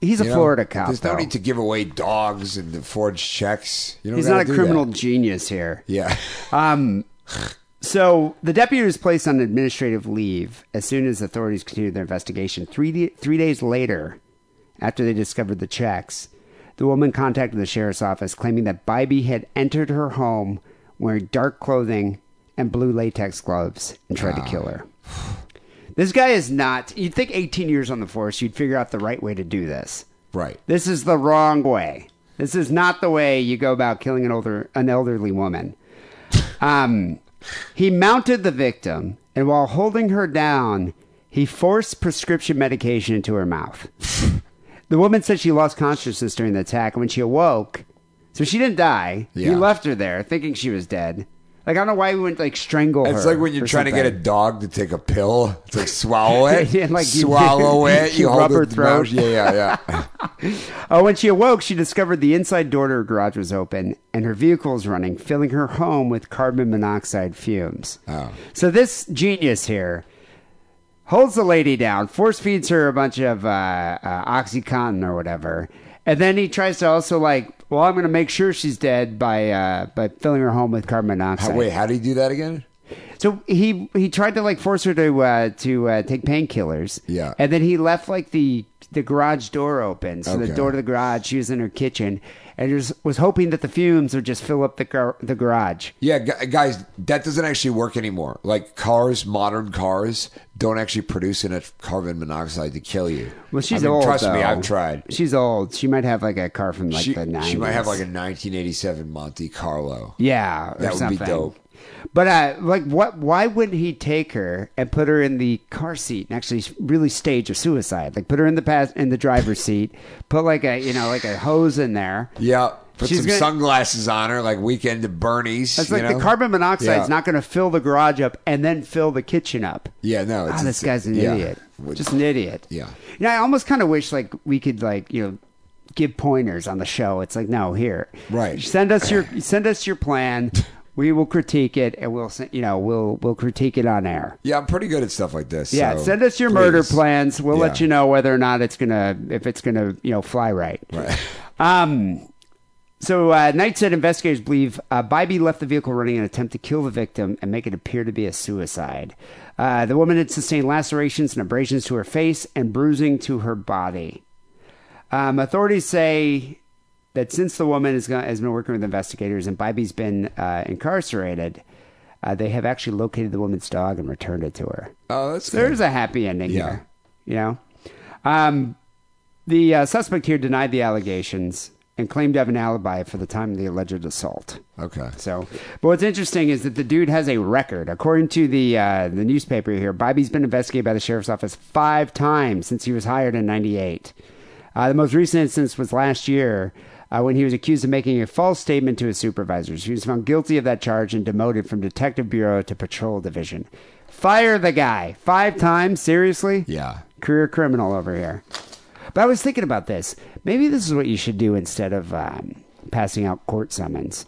S5: He's a
S6: you know?
S5: Florida cop.
S6: There's no
S5: though.
S6: need to give away dogs and to forge checks. You don't
S5: He's
S6: gotta
S5: not a
S6: do
S5: criminal
S6: that.
S5: genius here.
S6: Yeah. (laughs)
S5: So the deputy was placed on administrative leave as soon as authorities continued their investigation. Three, d- three days later, after they discovered the checks, the woman contacted the sheriff's office claiming that Bybee had entered her home wearing dark clothing and blue latex gloves and tried to kill her.
S6: Ah.
S5: This guy is not, you'd think 18 years on the force, you'd figure out the right way to do this.
S6: right.
S5: This is the wrong way. This is not the way you go about killing an older an
S6: (laughs)
S5: elderly woman. Um, he mounted the victim, and while holding her down, he forced prescription medication into
S6: (laughs)
S5: her mouth. the woman said she lost consciousness during the attack, and when she awoke, so she didn't die. He
S6: Yeah.
S5: left her there, thinking she was dead. Like I don't know why we wouldn't like strangle her.
S6: It's like when you're
S5: or
S6: trying to get a
S5: something.
S6: dog to take a pill. It's like swallow it,
S5: (laughs) Yeah, like you-
S6: swallow it. You,
S5: (laughs) you
S6: hold
S5: rub her
S6: it in the mouth.
S5: throat.
S6: Yeah, yeah,
S5: (laughs)
S6: yeah.
S5: Oh, when she awoke, she discovered the inside door to her garage was open and her vehicle was running, filling her home with carbon monoxide fumes.
S6: Oh.
S5: So this genius here holds the lady down, force feeds her a bunch of uh, uh, OxyContin or whatever, and then he tries to also like, well, I'm going to make sure she's dead by uh, by filling her home with carbon monoxide.
S6: How, wait, how do you do that again?
S5: So he he tried to like force her to uh, to uh, take painkillers.
S6: Yeah.
S5: And then he left like the the garage door open, so the
S6: Okay.
S5: door to the garage. She was in her kitchen, and just was hoping that the fumes would just fill up the gar- the garage.
S6: Yeah, gu- guys, that doesn't actually work anymore. Like cars, modern cars don't actually produce enough carbon monoxide to kill you.
S5: Well, she's
S6: I mean,
S5: old.
S6: Trust me,
S5: though.
S6: I've tried.
S5: She's old. She might have like a car from like
S6: she,
S5: the nineties.
S6: she might have like a 1987 Monte Carlo.
S5: yeah. Or
S6: That would be
S5: something.
S6: dope.
S5: But uh, like, what? Why wouldn't he take her and put her in the car seat and actually really stage a suicide? Like, put her in the pass in the driver's seat, put like a you know like a hose in there.
S6: Yeah, put
S5: She's
S6: some
S5: gonna-
S6: sunglasses on her, like Weekend at Bernie's.
S5: That's
S6: you
S5: like
S6: know?
S5: the carbon monoxide's
S6: Yeah.
S5: not going to fill the garage up and then fill the kitchen up.
S6: Yeah, no.
S5: Ah,
S6: It's, it's-
S5: this guy's an
S6: yeah.
S5: idiot.
S6: Would-
S5: Just an idiot.
S6: Yeah.
S5: You know, I almost kind of wish like we could like you know give pointers on the show. It's like no, here,
S6: Right.
S5: Send
S6: (clears throat)
S5: us your send us your plan. We will critique it and we'll sen- you know we'll we'll critique it on air.
S6: Yeah, I'm pretty good at stuff like this.
S5: Yeah,
S6: so
S5: send us your
S6: please.
S5: murder plans. We'll let
S6: Yeah.
S5: you know whether or not it's gonna if it's gonna you know fly right.
S6: Right.
S5: (laughs) Um, so uh, Knight said investigators believe uh, Bybee left the vehicle running in an attempt to kill the victim and make it appear to be a suicide. Uh, the woman had sustained lacerations and abrasions to her face and bruising to her body. Um, authorities say that since the woman has, gone, has been working with investigators and Bybee's been uh, incarcerated, uh, they have actually located the woman's dog and returned it to her.
S6: Oh, that's
S5: There's
S6: good.
S5: a happy ending
S6: Yeah.
S5: here. You know, um, the uh, suspect here denied the allegations and claimed to have an alibi for the time of the alleged assault.
S6: Okay.
S5: So, but what's interesting is that the dude has a record. According to the uh, the newspaper here, Bybee's been investigated by the sheriff's office five times since he was hired in '98. Uh, the most recent instance was last year uh, when he was accused of making a false statement to his supervisors. He was found guilty of that charge and demoted from Detective Bureau to Patrol Division. Fire the guy five times. Seriously?
S6: Yeah.
S5: Career criminal over here. But I was thinking about this. Maybe this is what you should do instead of um, passing out court summons.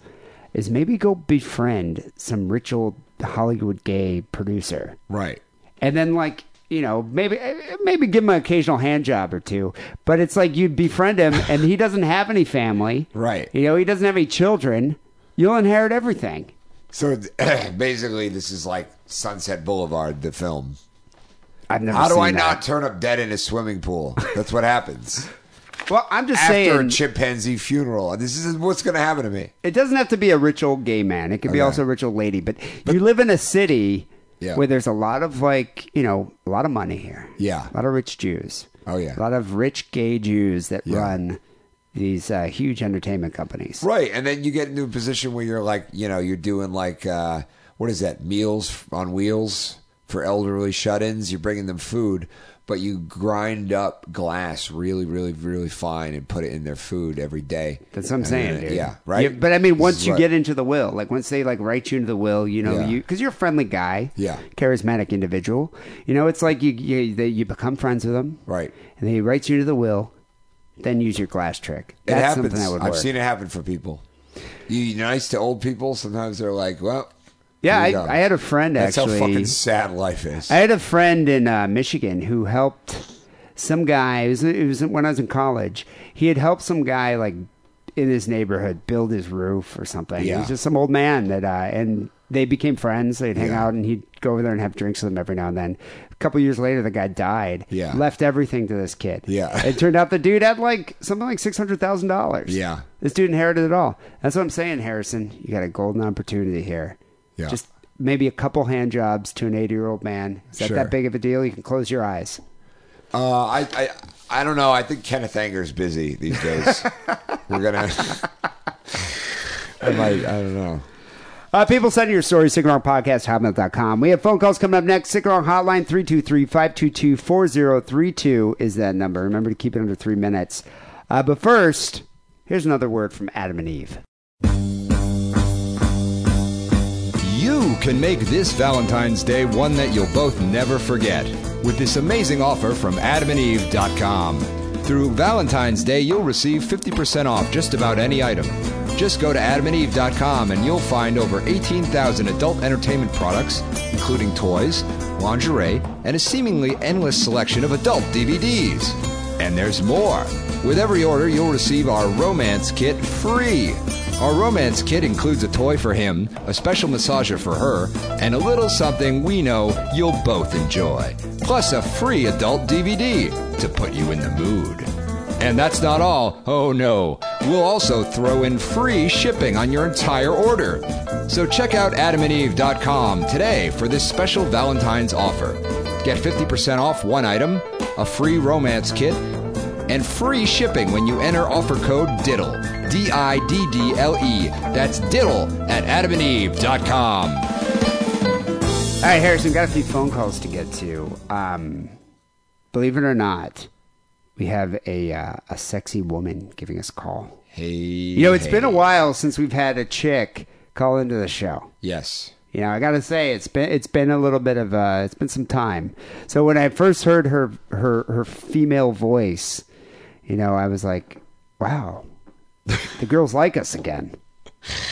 S5: Is maybe go befriend some rich old Hollywood gay producer
S6: Right.
S5: and then like you know maybe maybe give him an occasional hand job or two but it's like you'd
S6: (laughs)
S5: befriend him and he doesn't have any family
S6: Right.
S5: you know he doesn't have any children you'll inherit everything
S6: So (clears throat) basically, this is like Sunset Boulevard, the film.
S5: i've never
S6: How do
S5: seen
S6: I
S5: that.
S6: not turn up dead in a swimming pool? That's what happens
S5: well i'm just
S6: after a
S5: (laughs) saying
S6: chimpanzee funeral. This is what's going to happen to me.
S5: it doesn't have to be a rich old gay man it could be
S6: Okay.
S5: also a rich old lady but, you live in a city
S6: Yeah.
S5: where there's a lot of like you know a lot of money here
S6: Yeah.
S5: a lot of rich jews
S6: Oh, yeah.
S5: a lot of rich gay jews that run these uh, huge entertainment companies
S6: Right, and then you get into a position where you're like, you know, you're doing like, uh, what is that? Meals on Wheels for elderly shut-ins. You're bringing them food, but you grind up glass really, really, really fine and put it in their food every day.
S5: That's what I'm
S6: And
S5: saying,
S6: then-
S5: dude.
S6: Yeah, right.
S5: Yeah, but I
S6: This
S5: mean,
S6: is
S5: once you
S6: what-
S5: get into the will, like once they like write you into the will, you know,
S6: Yeah.
S5: you because you're a friendly guy,
S6: Yeah.
S5: charismatic individual. You know, it's like you you, they, you become friends with them,
S6: Right.
S5: And they write you into the will, then use your glass trick.
S6: it
S5: That's
S6: happens.
S5: something that would
S6: I've
S5: work.
S6: seen it happen for people. You- You're nice to old people. Sometimes they're like, well,
S5: yeah,
S6: here you
S5: I,
S6: go.
S5: I had a friend
S6: That's
S5: actually.
S6: how fucking sad life is.
S5: I had a friend in uh, Michigan who helped some guy. It was, it was when I was in college. He had helped some guy like in his neighborhood build his roof or something. He
S6: Yeah.
S5: was just some old man that, uh, and they became friends. They'd hang out and he'd go over there and have drinks with him every now and then. A couple years later, the guy died.
S6: Yeah.
S5: left everything to this kid.
S6: Yeah.
S5: it turned out the dude had like something like six hundred thousand dollars.
S6: Yeah.
S5: this dude inherited it all. That's what I'm saying, Harrison. You got a golden opportunity here.
S6: Yeah.
S5: Just maybe a couple hand jobs to an 80 year old man. Is that
S6: Sure.
S5: that big of a deal? You can close your eyes.
S6: Uh, I, I I don't know. I think Kenneth Anger's busy these
S5: (laughs)
S6: days. We're gonna. I might. I don't know.
S5: Uh, people send your stories, sickandwrongpodcast.com. We have phone calls coming up next. Sick and Wrong Hotline, 323-522-4032 is that number. Remember to keep it under three minutes. Uh, but first, here's another word from Adam and Eve.
S1: You can make this Valentine's Day one that you'll both never forget with this amazing offer from adamandeve.com. Through Valentine's Day, you'll receive 50% off just about any item. Just go to adamandeve.com and you'll find over 18,000 adult entertainment products, including toys, lingerie, and a seemingly endless selection of adult DVDs. And there's more. With every order, you'll receive our romance kit free. Our romance kit includes a toy for him, a special massager for her, and a little something we know you'll both enjoy. Plus a free adult DVD to put you in the mood. And that's not all. Oh no. We'll also throw in free shipping on your entire order. So check out adamandeve.com today for this special Valentine's offer. Get 50% off one item, a free romance kit, and free shipping when you enter offer code DIDDLE. D I D D L E. That's diddle E at adamandeve.com.
S5: All right, Harrison, got a few phone calls to get to. Um, believe it or not, we have a, uh, a sexy woman giving us a call.
S6: Hey.
S5: You know, it's been a while since we've had a chick call into the show.
S6: Yes.
S5: You know, I gotta say it's been it's been a little bit of uh it's been some time. So when I first heard her her her female voice, you know, I was like, wow, the girls like us again.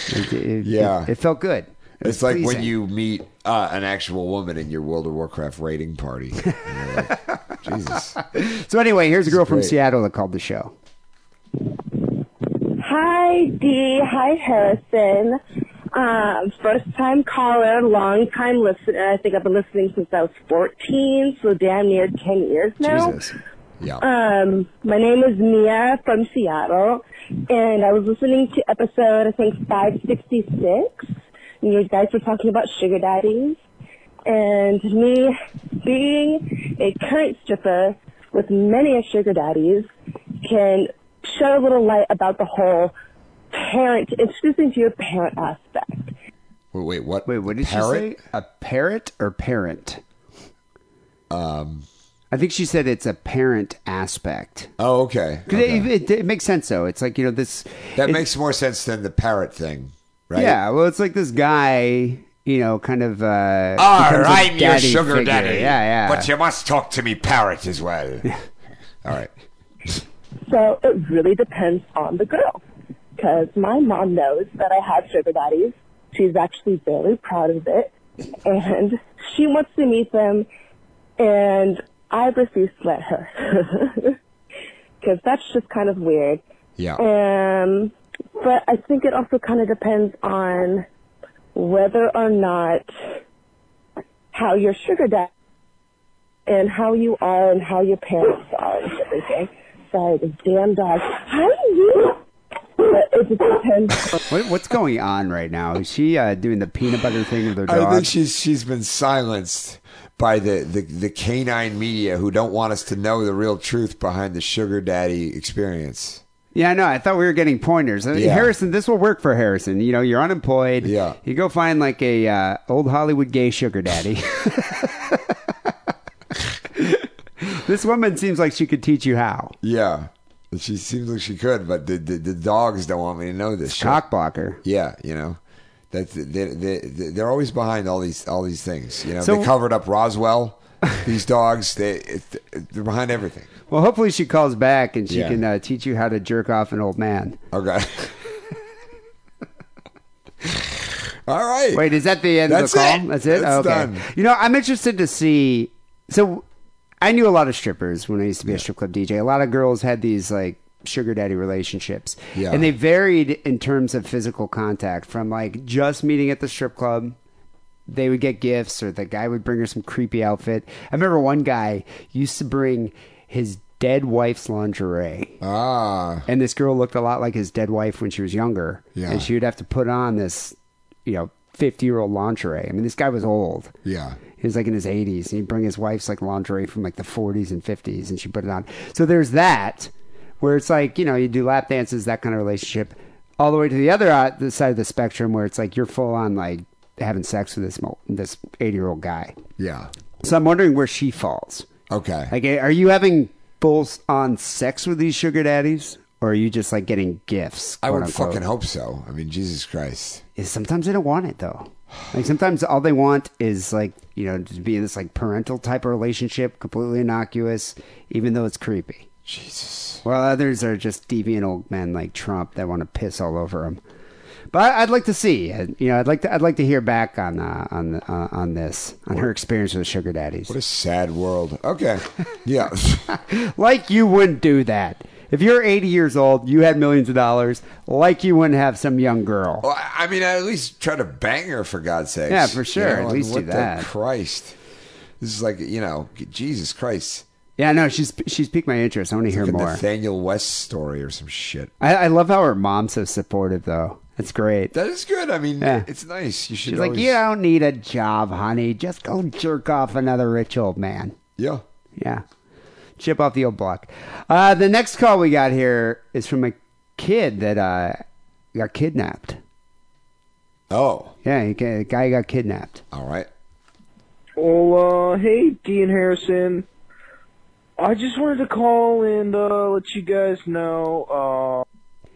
S5: It, it-
S6: Yeah.
S5: it, it felt good. It was
S6: It's like when
S5: pleasing.
S6: you meet uh, an actual woman in your World of Warcraft raiding
S5: (laughs)
S6: party. And you're like, Jesus.
S5: So anyway, here's a girl from
S6: great.
S5: Seattle that called the show.
S7: Hi, Dee. Hi, Harrison. Um, first time caller, long time listener. I think I've been listening since I was 14, so damn near 10 years now.
S5: Jesus.
S6: Yeah.
S5: Uh,
S7: Um, my name is Mia from Seattle, and I was listening to episode, I think, 566, and you guys were talking about sugar daddies. And me being a current stripper with many a sugar daddies can shed a little light about the whole parent, introducing to your parent aspect.
S6: wait, wait, what?
S5: Wait, what did
S6: Parrot? Um,
S5: she say? A parrot or parent? I think she said it's a parent aspect.
S6: Oh, okay.
S5: 'Cause
S6: okay.
S5: It, it, it makes sense though. It's like you know this.
S6: that
S5: it-
S6: makes more sense than the parrot thing, right?
S5: Yeah, well, it's like this guy, you know, kind of. Uh,
S6: All
S5: becomes a
S6: right, your sugar
S5: figure.
S6: daddy.
S5: Yeah, yeah.
S6: But you must talk to me parrot as
S5: (laughs)
S6: well. All right.
S7: So it really depends on the girl. Because my mom knows that I have sugar daddies. She's actually very proud of it. And she wants to meet them. And I refuse to let her. (laughs) Because that's just kind of weird.
S6: Yeah.
S7: Um, but I think it also kind of depends on whether or not how your sugar daddy and how you are and how your parents are and everything. Sorry, the damn dog. How do you? But it just depends. on-
S5: What, what's going on right now? Is she uh, doing the peanut butter thing with her dog?
S6: I think she's she's been silenced by the, the, the canine media who don't want us to know the real truth behind the sugar daddy experience.
S5: yeah, I know. I thought we were getting pointers. I mean,
S6: Yeah.
S5: Harrison, this will work for Harrison. You know, you're unemployed.
S6: Yeah.
S5: You go find like a uh, old Hollywood gay sugar
S6: (laughs)
S5: daddy. this woman seems like she could teach you how.
S6: Yeah. She seems like she could, but the, the, the dogs don't want me to know this. shit.
S5: Cock blocker.
S6: Yeah, you know. That's they, they, they, they're always behind all these all these things. You know,
S5: So-
S6: they covered up Roswell.
S5: (laughs)
S6: these dogs, they it, they're behind everything.
S5: Well, hopefully she calls back and she
S6: Yeah.
S5: can uh, teach you how to jerk off an old man. (laughs)
S6: Okay. all right.
S5: Wait, is that the end
S6: That's
S5: of the call?
S6: it.
S5: That's it.
S6: That's
S5: okay.
S6: done.
S5: You know, I'm interested to see. So, I knew a lot of strippers when I used to be a strip club DJ. A lot of girls had these like sugar daddy relationships,
S6: Yeah.
S5: and they varied in terms of physical contact from like just meeting at the strip club. They would get gifts, or the guy would bring her some creepy outfit. I remember one guy used to bring his dead wife's lingerie.
S6: Ah,
S5: And this girl looked a lot like his dead wife when she was younger.
S6: Yeah.
S5: And she would have to put on this, you know, 50 year old lingerie. I mean, this guy was old.
S6: yeah.
S5: He was like in his 80s. And he'd bring his wife's like lingerie from like the 40s and 50s and she put it on. So there's that where it's like, you know, you do lap dances, that kind of relationship, all the way to the other uh, the side of the spectrum where it's like you're full on like having sex with this mo- this 80 year old guy.
S6: Yeah.
S5: So I'm wondering where she falls.
S6: Okay.
S5: Like, are you having full on sex with these sugar daddies, or are you just like getting gifts?
S6: I would
S5: quote-unquote?
S6: fucking hope so. I mean, Jesus Christ.
S5: Is- Sometimes they don't want it though. Like sometimes all they want is like you know to be in this like parental type of relationship, completely innocuous, even though it's creepy.
S6: Jesus.
S5: While others are just deviant old men like Trump that want to piss all over him. But I- I'd like to see, uh, you know, I'd like to, I'd like to hear back on uh, on uh, on this, on her experience with sugar daddies.
S6: What a sad world. Okay. (laughs) Yeah.
S5: Like you wouldn't do that. If you're 80 years old, you had millions of dollars, like you wouldn't have some young girl.
S6: well, I I mean, I at least try to bang her for God's sake.
S5: Yeah, for sure. At least do that.
S6: Christ. This is like, you know, Jesus Christ.
S5: Yeah, no, she's she's piqued my interest. I want to hear
S6: Like a
S5: more.
S6: Nathaniel West story or some shit.
S5: I, I love how her mom's so supportive, though. That's great.
S6: That is good. I mean,
S5: Yeah.
S6: it's nice. You should
S5: She's like,
S6: always-
S5: you don't need a job, honey. Just go jerk off another rich old man.
S6: Yeah.
S5: Yeah. Chip off the old block. Uh, the next call we got here is from a kid that uh, got kidnapped.
S6: Oh,
S5: Yeah, he, a guy got kidnapped.
S6: all right.
S8: Well, uh, hey, Dean Harrison. I just wanted to call and uh, let you guys know. uh,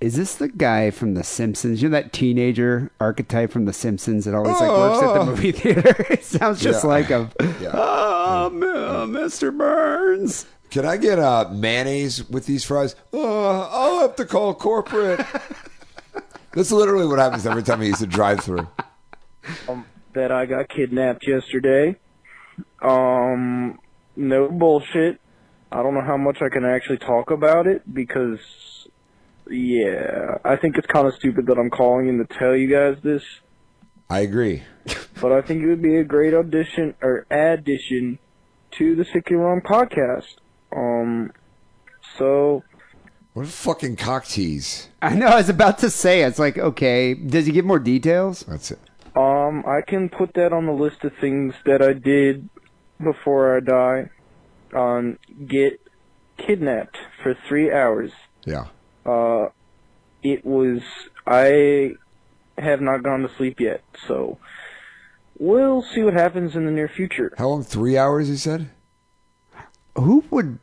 S5: Is this the guy from The Simpsons? You know that teenager archetype from The Simpsons that always like works at the movie theater. (laughs) it sounds just
S6: Oh. Yeah.
S5: like him.
S6: (laughs) Yeah.
S5: Oh, m- uh, Mr. Burns.
S6: Can I get uh, mayonnaise with these fries? Uh, I'll have to call corporate.
S5: (laughs)
S6: That's literally what happens every time I use the drive through.
S8: Uh, um, that I got kidnapped yesterday. Um, no bullshit. I don't know how much I can actually talk about it because, yeah, I think it's kind of stupid that I'm calling in to tell you guys this.
S6: I agree.
S8: but I think it would be a great audition or addition to the Sick and Wrong podcast. Um, so
S6: What a fucking cock tease.
S5: I know. I was about to say. It's like, okay, does he give more details?
S6: That's it.
S8: um, I can put that on the list of things that I did before I die. Um, get kidnapped for three hours.
S6: Yeah.
S8: Uh, it was I have not gone to sleep yet, so we'll see what happens in the near future.
S6: How long? Three hours, you said?
S5: who would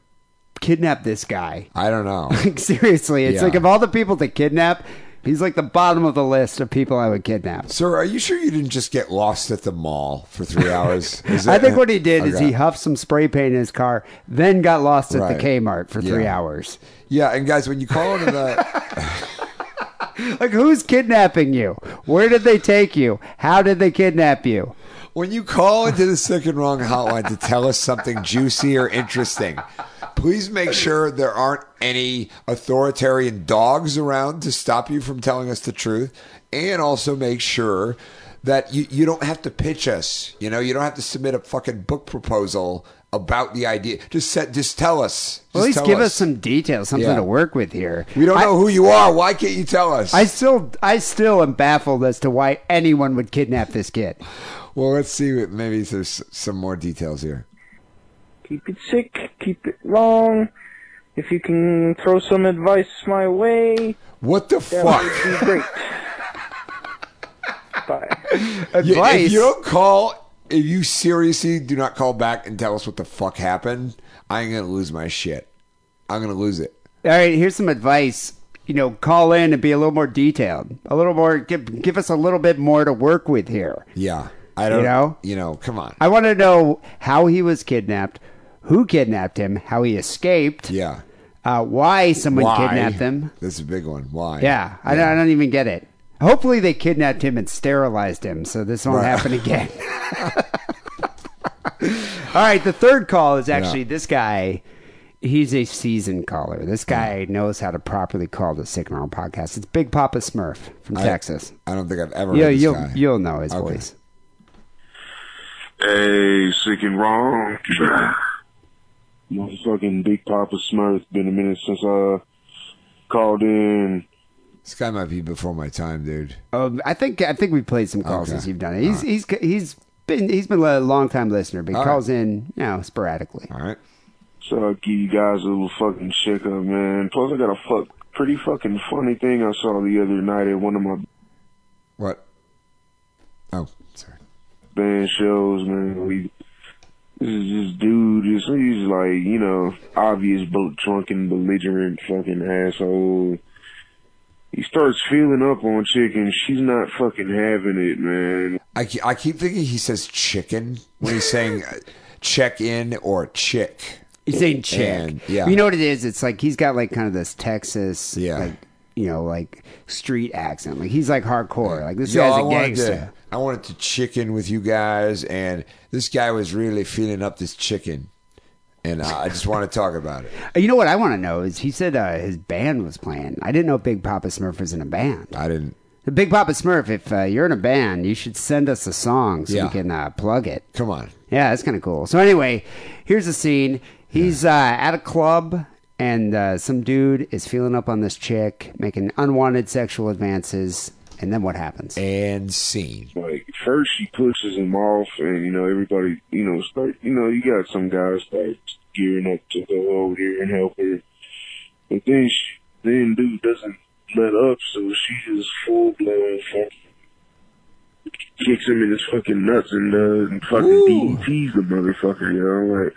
S5: kidnap this guy? (laughs)
S6: I don't know.
S5: Like, seriously, it's
S6: Yeah.
S5: like of all the people to kidnap, he's like the bottom of the list of people I would kidnap.
S6: Sir, are you sure you didn't just get lost at the mall for three hours?
S5: (laughs)
S6: Is
S5: I
S6: that-
S5: think what he did is
S6: Okay.
S5: he huffed some spray paint in his car, then got lost at
S6: Right.
S5: the Kmart for three
S6: Yeah.
S5: hours.
S6: Yeah, and guys, when you call into the
S5: Like, who's kidnapping you? Where did they take you? How did they kidnap you?
S6: when you call into the second wrong hotline to tell us something juicy or interesting, please make sure there aren't any authoritarian dogs around to stop you from telling us the truth, and also make sure that you, you don't have to pitch us. You know, you don't have to submit a fucking book proposal about the idea. Just set, just tell us. Just
S5: At least
S6: tell
S5: give us some details, something
S6: Yeah.
S5: to work with here.
S6: We don't
S5: I-
S6: know who you are. Why can't you tell us?
S5: I still, I still am baffled as to why anyone would kidnap
S6: (laughs)
S5: this kid.
S6: well, let's see. what- Maybe there's some more details here.
S8: Keep it sick, keep it long. If you can throw some advice my way,
S6: What the
S8: that
S6: fuck?
S8: would be great. Bye.
S6: You-
S5: Advice.
S6: If you don't call, if you seriously do not call back and tell us what the fuck happened, I'm gonna lose my shit. I'm gonna lose it.
S5: All right, here's some advice. You know, call in and be a little more detailed, a little more, give, give us a little bit more to work with here.
S6: Yeah, I don't.
S5: You know?
S6: you know, come on.
S5: I want to know how he was kidnapped, who kidnapped him, how he escaped,
S6: yeah,
S5: uh, why someone
S6: why
S5: kidnapped him.
S6: That's a big one. Why?
S5: Yeah, I, don't, I don't even get it. Hopefully, they kidnapped him and sterilized him, so this won't happen again. (laughs) All right, the third call is actually this guy. He's a seasoned caller. This guy knows how to properly call the Sick and Wrong podcast. It's Big Papa Smurf from Texas.
S6: I don't think I've ever.
S5: Yeah,
S6: heard this
S5: you'll
S6: guy.
S5: you'll know his
S6: Okay.
S5: voice.
S9: Hey, sick and wrong. Motherfucking Big Papa Smurf. Been a minute since I called in.
S6: This guy might be before my time, dude.
S5: Um, I think I think we played some calls
S6: Okay.
S5: since you've done it. He's he's he's been he's been a long time listener, but he
S6: All
S5: calls in you know sporadically.
S6: All right.
S9: So I'll give you guys a little fucking checkup, man. Plus, I got a fuck pretty fucking funny thing I saw the other night at one of my
S6: What? Oh, sorry.
S9: band shows, man. We this is this dude. This he's like you know obvious boat drunken belligerent fucking asshole. He starts feeling up on chicken. She's not fucking having it, man.
S6: I, ke- I keep thinking he says chicken when he's saying uh, check in or chick.
S5: He's saying chick.
S6: And- yeah.
S5: You know what it is? It's like he's got like kind of this Texas,
S6: Yeah.
S5: like, you know, like street accent. Like he's like hardcore. Like this
S6: Yo,
S5: guy's
S6: I
S5: a
S6: wanted
S5: gangster.
S6: to, I wanted to chicken with you guys, and this guy was really feeling up this chicken, and I I just
S5: (laughs)
S6: want to talk about it.
S5: Uh, You know what I want to know is he said uh, his band was playing. I didn't know Big Papa Smurf was in a band.
S6: I didn't.
S5: The Big Papa Smurf, if uh, you're in a band, you should send us a song so
S6: Yeah.
S5: we can uh, plug it.
S6: Come on.
S5: Yeah, that's kind of cool. So anyway, here's the scene. He's uh, at a club, and uh, some dude is feeling up on this chick, making unwanted sexual advances, and then what happens?
S6: And scene.
S9: Like first she pushes him off, and you know everybody, you know, start, you know, you got some guys start gearing up to go over there and help her, but then she, then dude doesn't let up, so she just full blown kicks him in his fucking nuts and uh, and fucking DDTs the motherfucker, you know, like.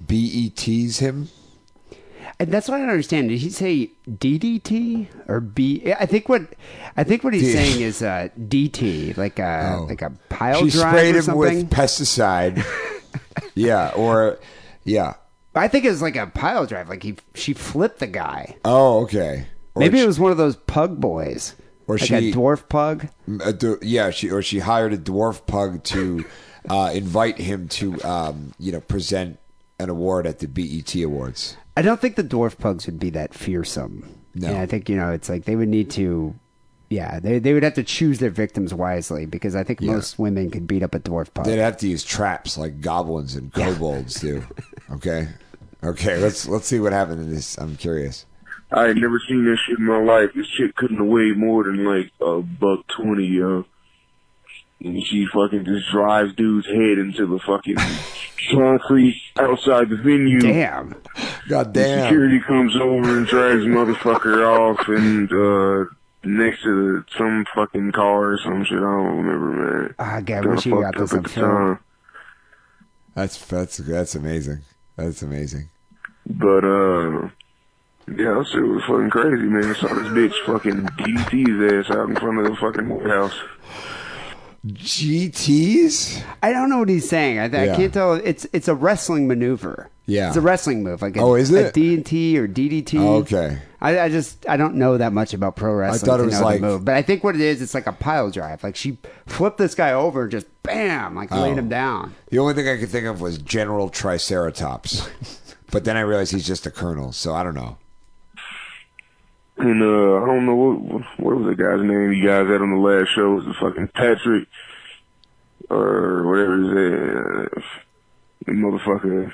S6: BETs E him.
S5: And that's what I don't understand. Did he say DDT or B? I think what I think what he's
S6: D-
S5: saying is uh, DT, like a
S6: Oh.
S5: like a pile
S6: she
S5: drive
S6: sprayed
S5: or
S6: him with
S5: something.
S6: pesticide.
S5: (laughs)
S6: yeah, or yeah.
S5: I think it was like a pile drive. Like he she flipped the guy.
S6: Oh, okay. Or
S5: Maybe
S6: she-
S5: it was one of those pug boys,
S6: Or
S5: like
S6: she-
S5: a dwarf pug.
S6: a d- yeah. She or she hired a dwarf pug to uh, invite him to um, you know present an award at the BET Awards.
S5: I don't think the dwarf pugs would be that fearsome.
S6: No.
S5: And I think, you know, it's like they would need to yeah, they they would have to choose their victims wisely because I think most women could beat up a dwarf pug.
S6: They'd have to use traps like goblins and kobolds do. Okay. Okay, let's let's see what happened in this. I'm curious.
S9: I had never seen that shit in my life. This shit couldn't have weighed more than like a buck twenty, yo. And she fucking just drives dude's head into the
S5: (laughs)
S9: fucking concrete outside the venue.
S5: Damn.
S6: God damn.
S9: Security comes over and drags motherfucker off and uh next to the, some fucking car or some shit. I don't remember, man.
S5: Ah, God, I
S9: Kinda
S5: wish you got
S9: fucked
S5: this
S9: up
S5: on
S9: at the
S5: film.
S9: time.
S6: That's that's that's amazing. That's amazing.
S9: But uh, yeah, that shit was fucking crazy, man. I saw this bitch fucking DT's ass out in front of the fucking White house.
S6: GTs?
S5: I don't know what he's saying. I, th-
S6: Yeah.
S5: I can't tell. It's it's a wrestling maneuver.
S6: Yeah.
S5: it's a wrestling move. Like a,
S6: Oh, is
S5: a
S6: it?
S5: DDT or DDT?
S6: Okay.
S5: I, I just I don't know that much about pro wrestling.
S6: thought it
S5: to
S6: was
S5: know the
S6: like-
S5: move. but I think what it is, it's like a pile drive. Like she flipped this guy over, and just bam, like
S6: Oh.
S5: laid him down.
S6: The only thing I could think of was General Triceratops. but then I realized he's just a colonel, so I don't know.
S9: And uh, I don't know what what was the guy's name you guys had on the last show. It was fucking Patrick or whatever his ass. The motherfucker,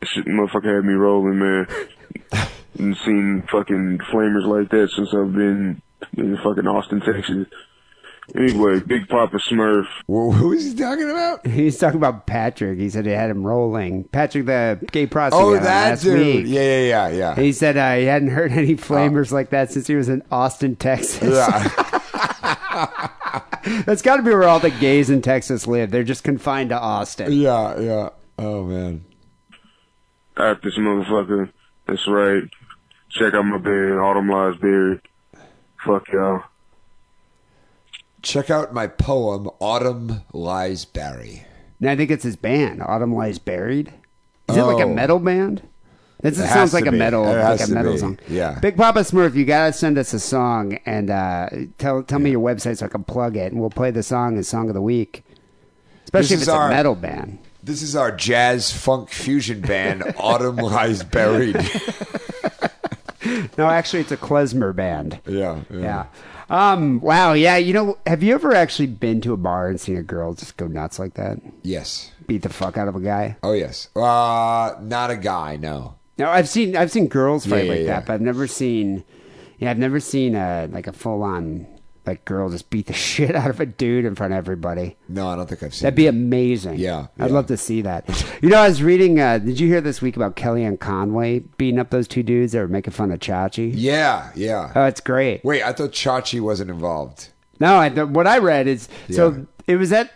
S9: this shit, motherfucker had me rolling, man. and seen fucking flamers like that since I've been in fucking Austin, Texas. Anyway, Big Papa Smurf.
S6: Wh- Who is he talking about?
S5: He's talking about Patrick. He said it had him rolling. Patrick, the gay prostitute.
S6: Oh,
S5: we had on
S6: that
S5: last
S6: dude.
S5: week.
S6: Yeah, yeah, yeah, yeah.
S5: He said uh, he hadn't heard any flamers like that since he was in Austin, Texas.
S6: yeah. (laughs)
S5: (laughs) That's got to be where all the gays in Texas live. They're just confined to Austin.
S6: yeah, yeah. Oh, man.
S9: At this motherfucker. That's right. Check out my band, Autumn Lies Buried. Fuck y'all.
S6: Check out my poem, Autumn Lies Barry.
S5: And I think it's his band, Autumn Lies Buried. Is it like a
S6: Oh.
S5: metal band? That just
S6: has
S5: sounds
S6: to
S5: like a
S6: be.
S5: metal,
S6: It
S5: like
S6: has
S5: a
S6: to
S5: metal
S6: be.
S5: song.
S6: Yeah.
S5: Big Papa Smurf, you gotta send us a song and uh, tell tell me your website so I can plug it, and we'll play the song as song of the week. Especially
S6: This
S5: if
S6: is
S5: it's
S6: our-
S5: a metal band.
S6: This is our jazz funk fusion band,
S5: (laughs)
S6: Autumn Lies Buried.
S5: No, actually, it's a klezmer band.
S6: yeah, yeah.
S5: Yeah. Um. Wow. Yeah. You know, have you ever actually been to a bar and seen a girl just go nuts like that?
S6: Yes.
S5: Beat the fuck out of a guy?
S6: Oh, yes. Uh, not a guy, no.
S5: No, I've seen I've seen girls fight
S6: Yeah,
S5: like
S6: yeah, yeah.
S5: that, but I've never seen. Yeah, I've never seen a like a full on like girl just beat the (laughs) shit out of a dude in front of everybody.
S6: No, I don't think I've seen
S5: That'd be amazing.
S6: Yeah,
S5: I'd
S6: yeah.
S5: love to see that. You know, I was reading. Uh, did you hear this week about Kellyanne Conway beating up those two dudes that were making fun of Chachi?
S6: Yeah, yeah.
S5: Oh, it's great.
S6: Wait, I thought Chachi wasn't involved.
S5: No, I, the, what I read is
S6: Yeah.
S5: so it was at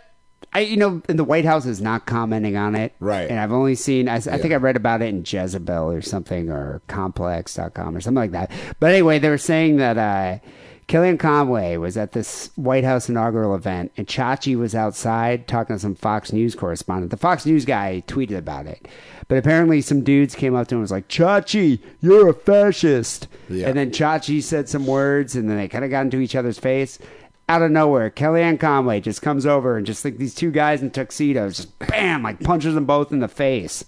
S5: I you know and the White House is not commenting on it,
S6: Right.
S5: And I've only seen I, s- I think I read about it in Jezebel or something or Complex.com or something like that. But anyway, they were saying that uh, Killian Conway was at this White House inaugural event, and Chachi was outside talking to some Fox News correspondent. The Fox News guy tweeted about it, but apparently some dudes came up to him and was like, "Chachi, you're a fascist,"
S6: Yeah.
S5: and then Chachi said some words, and then they kind of got into each other's face. Out of nowhere, Kellyanne Conway just comes over and just like these two guys in tuxedos, just bam, like punches them both in the face.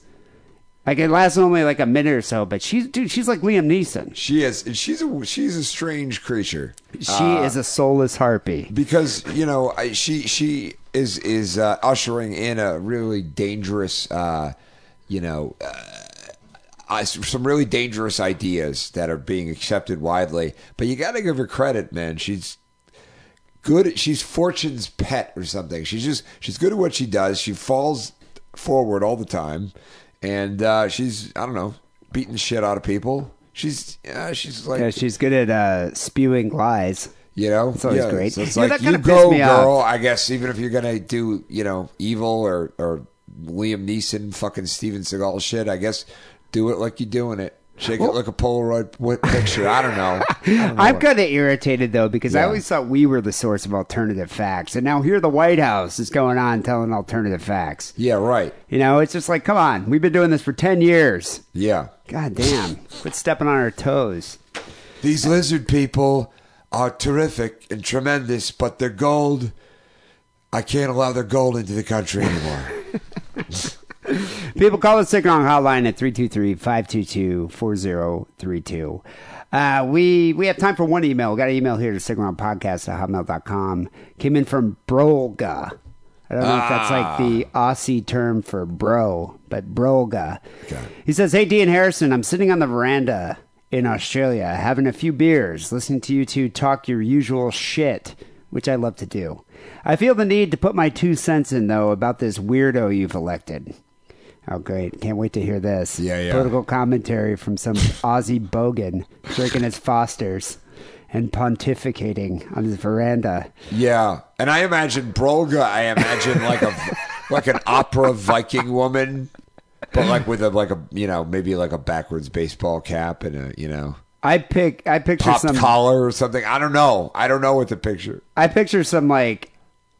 S5: Like it lasts only like a minute or so, but she's dude, she's like Liam Neeson.
S6: She is. She's a she's a strange creature
S5: She is a soulless harpy.
S6: because you know I, she she is is uh, ushering in a really dangerous uh, you know uh, I- some really dangerous ideas that are being accepted widely. But you got to give her credit, man. She's good. at- She's fortune's pet or something. She's just she's good at what she does. She falls forward all the time, and uh, she's I don't know beating the shit out of people. She's uh, she's like
S5: Yeah, she's good at uh, spewing lies.
S6: you know, it's
S5: always great.
S6: So it's
S5: Yeah,
S6: like
S5: that kinda
S6: you
S5: pissed
S6: go,
S5: me off.
S6: girl. I guess even if you're gonna do, you know, evil or or Liam Neeson, fucking Steven Seagal shit, I guess do it like you're doing it. Shake it like a Polaroid wi- picture. I don't know.
S5: (laughs)
S6: I don't know
S5: I'm
S6: what-
S5: kind of irritated though because I
S6: Yeah.
S5: always thought we were the source of alternative facts, and now here the White House is going on telling alternative facts.
S6: yeah, right.
S5: You know, it's just like, come on, we've been doing this for ten years.
S6: Yeah,
S5: God damn, quit stepping on our toes.
S6: these lizard people are terrific and tremendous, but their gold. I can't allow their gold into the country anymore.
S5: People call the Sick Wrong Hotline at 323-522-4032. Uh, we we have time for one email. We got an email here to sickroundpodcast at hotmail.com. Came in from Brolga. I don't know if that's like the Aussie term for bro, but Brolga. He says, Hey, Dean Harrison, I'm sitting on the veranda in Australia having a few beers, listening to you two talk your usual shit, which I love to do. I feel the need to put my two cents in, though, about this weirdo you've elected. Oh, great. Can't wait to hear this.
S6: Yeah, yeah.
S5: Political commentary
S6: (laughs)
S5: from some Aussie bogan drinking his Fosters and pontificating on his veranda.
S6: Yeah, and I
S5: (laughs)
S6: imagine Brolga. I imagine like a like an opera Viking woman but like with a like a you know maybe like a backwards baseball cap and a you know
S5: I pick. I picture
S6: popped
S5: some.
S6: collar or something. I don't know. I don't know what the picture.
S5: I picture some like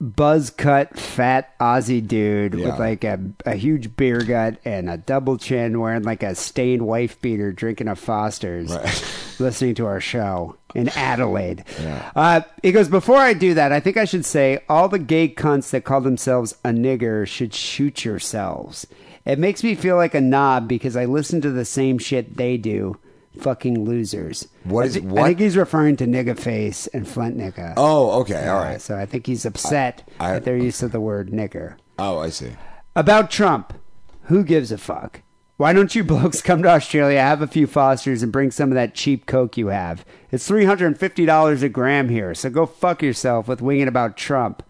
S5: buzz cut fat Aussie dude
S6: Yeah.
S5: with like a, a huge beer gut and a double chin, wearing like a stained wife beater, drinking a Foster's,
S6: Right.
S5: (laughs) listening to our show in Adelaide.
S6: Yeah.
S5: Uh, he goes, Before I do that, I think I should say all the gay cunts that call themselves a nigger should shoot yourselves. It makes me feel like a knob because I listen to the same shit they do. Fucking losers.
S6: What
S5: I
S6: is-
S5: thi- I
S6: what?
S5: think he's referring to nigga face and Flint nigga.
S6: Oh, okay, all
S5: Uh,
S6: right.
S5: So I think he's upset
S6: I- I-
S5: at their use of the word nigger.
S6: Oh, I see.
S5: About Trump, who gives a fuck? Why don't you (laughs) blokes come to Australia, have a few Fosters, and bring some of that cheap coke you have? It's $350 a gram here, so go fuck yourself with winging about Trump.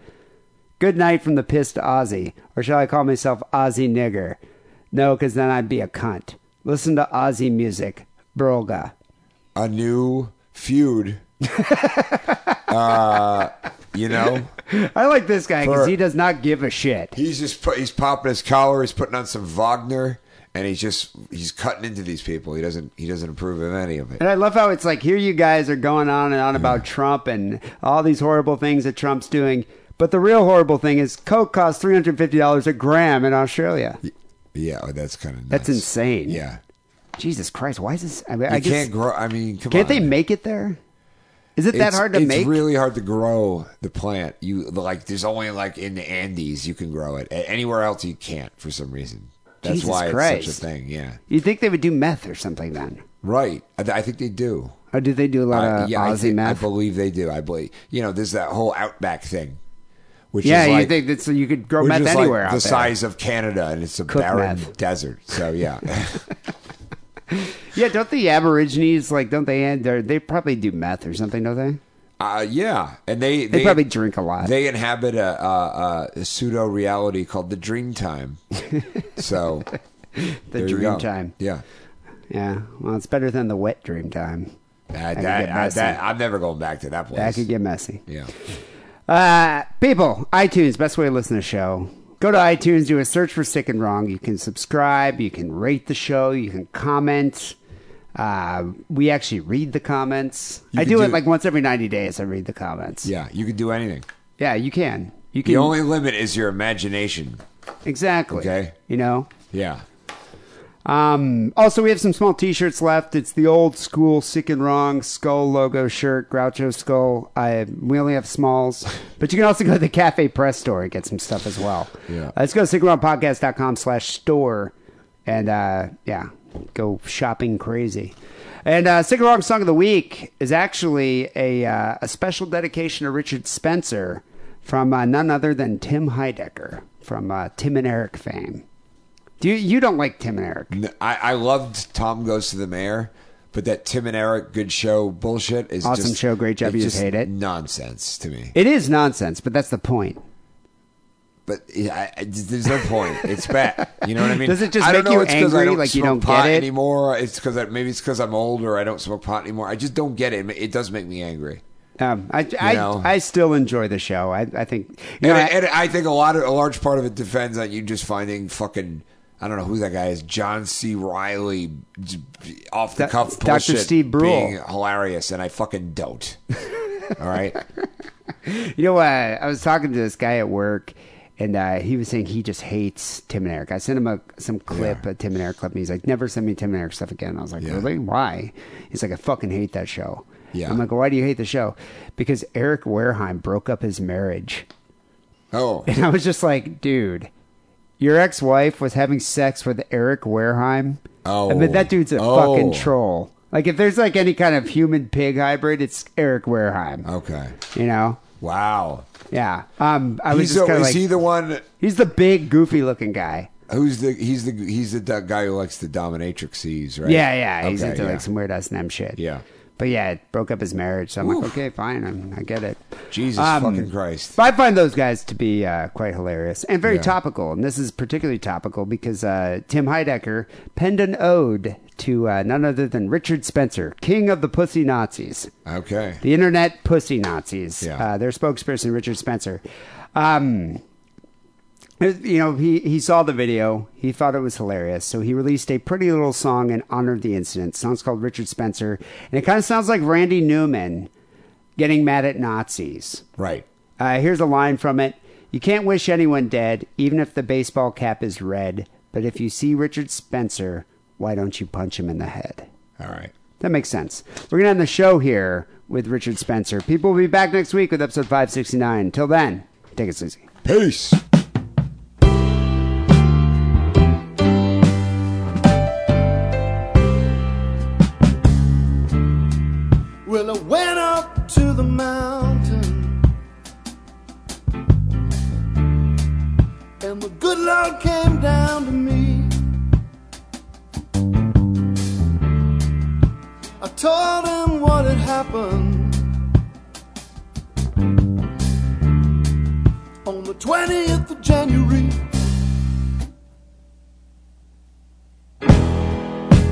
S5: Good night from the pissed Aussie, or shall I call myself Aussie nigger? No, because then I'd be a cunt. Listen to Aussie music. Broga.
S6: A new feud. (laughs) uh, you know,
S5: I like this guy because
S6: For-
S5: he does not give a shit.
S6: he's just put, he's popping his collar. He's putting on some Wagner, and he's just he's cutting into these people. He doesn't he doesn't approve of any of it.
S5: And I love how it's like here you guys are going on and on about Trump and all these horrible things that Trump's doing. But the real horrible thing is Coke costs three hundred fifty dollars a gram in Australia.
S6: Yeah, oh, that's kind of
S5: That's insane.
S6: Yeah,
S5: Jesus Christ, why is this? I, mean,
S6: you
S5: I guess,
S6: can't grow. I mean, come on.
S5: Can't they make it there? Is it that
S6: It's-
S5: hard to
S6: it's
S5: make?
S6: really hard to grow the plant. You like there's only like in the Andes you can grow it. A- Anywhere else you can't for some reason. That's
S5: Jesus
S6: why it's
S5: Christ.
S6: such a thing. Yeah,
S5: You'd think they would do meth or something then,
S6: right. I, I think they do.
S5: or do they do a lot
S6: I-
S5: of
S6: yeah, I,
S5: Aussie
S6: thi- I
S5: meth?
S6: believe they do. I believe you know. There's that whole outback thing, which
S5: yeah,
S6: is
S5: you
S6: like,
S5: think that so you could grow
S6: which
S5: meth
S6: is like
S5: anywhere out
S6: the
S5: there.
S6: size of Canada, and it's a
S5: Cook
S6: barren
S5: meth.
S6: desert. So
S5: (laughs)
S6: yeah,
S5: Yeah, don't the Aborigines like? Don't they? they're- They probably do meth or something, don't they?
S6: uh, yeah, and they
S5: They, probably drink a lot.
S6: They inhabit a, a, a pseudo reality called the dream time. So
S5: (laughs) the
S6: there you
S5: dream
S6: go.
S5: time.
S6: Yeah.
S5: Yeah, well, it's better than the wet dream time.
S6: That,
S5: could
S6: that,
S5: get
S6: I,
S5: messy.
S6: that, I'm never going back to that place.
S5: That could get messy.
S6: yeah.
S5: Uh, people, iTunes, best way to listen to the show. Go to iTunes, do a search for Sick and Wrong. You can subscribe, you can rate the show, you can comment. Uh, we actually read the comments.
S6: You
S5: I
S6: can
S5: do, it
S6: do-
S5: like once every 90 days. I read the comments.
S6: Yeah. You could do anything.
S5: Yeah, you can. You can.
S6: The only limit is your imagination.
S5: exactly.
S6: Okay.
S5: You know?
S6: Yeah.
S5: Um, also, we have some small T-shirts left. It's the old school "Sick and Wrong" skull logo shirt, Groucho skull. I we only have smalls, but you can also go to the Cafe Press store and get some stuff as well.
S6: Yeah.
S5: Uh, let's go to sickandwrongpodcast.com slash store, and uh, yeah, go shopping crazy. And uh, "Sick and Wrong" song of the week is actually a uh, a special dedication to Richard Spencer from uh, none other than Tim Heidecker from uh, Tim and Eric fame. Do you, you don't like Tim and Eric?
S6: N- I, I loved Tom Goes to the Mayor, but that Tim and Eric good show bullshit is
S5: Awesome
S6: just-
S5: show, great job,
S6: it's
S5: you just hate it.
S6: Nonsense to me.
S5: It is nonsense, but that's the point.
S6: But yeah, I, I- there's no point. It's bad. You know what I mean?
S5: Does it just
S6: I don't
S5: make
S6: know,
S5: you
S6: it's 'cause I
S5: angry,
S6: don't
S5: like you
S6: smoke
S5: don't get
S6: pot
S5: it?
S6: anymore? It's because maybe it's because I'm older. I don't smoke pot anymore. I just don't get it. It does make me angry.
S5: Um, I, I,
S6: know.
S5: I still enjoy the show. I, I think you know,
S6: and,
S5: I-
S6: I, and I think a lot of a large part of it depends on you just finding fucking I don't know who that guy is, John C. Riley, j- off the
S5: Do-
S6: cuff
S5: Dr.
S6: bullshit,
S5: Steve Brule.
S6: being hilarious, and I fucking
S5: (laughs)
S6: don't. All right,
S5: you know what? I was talking to this guy at work, and uh, he was saying he just hates Tim and Eric. I sent him a some clip, a Tim and Eric clip, and he's like, "Never send me Tim and Eric stuff again." I was like,
S6: Yeah.
S5: "Really? Why?" He's like, "I fucking hate that show."
S6: Yeah.
S5: I'm like, "Why do you hate the show?" Because Eric Wareheim broke up his marriage.
S6: oh
S5: (laughs) And I was just like, dude, your ex wife was having sex with Eric Wareheim.
S6: Oh.
S5: I mean, that dude's a
S6: Oh.
S5: fucking troll. Like, if there's like any kind of human pig hybrid, it's Eric Wareheim.
S6: okay,
S5: You know?
S6: wow.
S5: Yeah. Um, I was
S6: He's
S5: just
S6: the,
S5: kind
S6: is
S5: of like,
S6: he the one
S5: he's the big, goofy looking guy.
S6: who's the he's the he's the du- guy who likes the dominatrixes, right?
S5: Yeah, yeah. He's
S6: Okay,
S5: into
S6: yeah.
S5: like some weird S and M shit.
S6: Yeah.
S5: But yeah, it broke up his marriage. So I'm
S6: Oof.
S5: like, okay, fine. I'm, I get it.
S6: Jesus
S5: Um,
S6: fucking Christ.
S5: But I find those guys to be uh, quite hilarious and very
S6: Yeah.
S5: topical. And this is particularly topical because uh, Tim Heidecker penned an ode to uh, none other than Richard Spencer, king of the pussy Nazis,
S6: Okay,
S5: the internet pussy Nazis.
S6: Yeah.
S5: Uh, their spokesperson, Richard Spencer. Um, you know, he, he saw the video. He thought it was hilarious. So he released a pretty little song in honor of the incident. song's called Richard Spencer. And it kind of sounds like Randy Newman getting mad at Nazis.
S6: Right.
S5: Uh, here's a line from it You can't wish anyone dead, even if the baseball cap is red. But if you see Richard Spencer, why don't you punch him in the head?
S6: All right.
S5: That makes sense. We're going to end the show here with Richard Spencer. People will be back next week with episode 569. Till then, take it easy.
S6: Peace.
S10: Well, I went up to the mountain, and the good Lord came down to me. I told him what had happened on the 20th of January.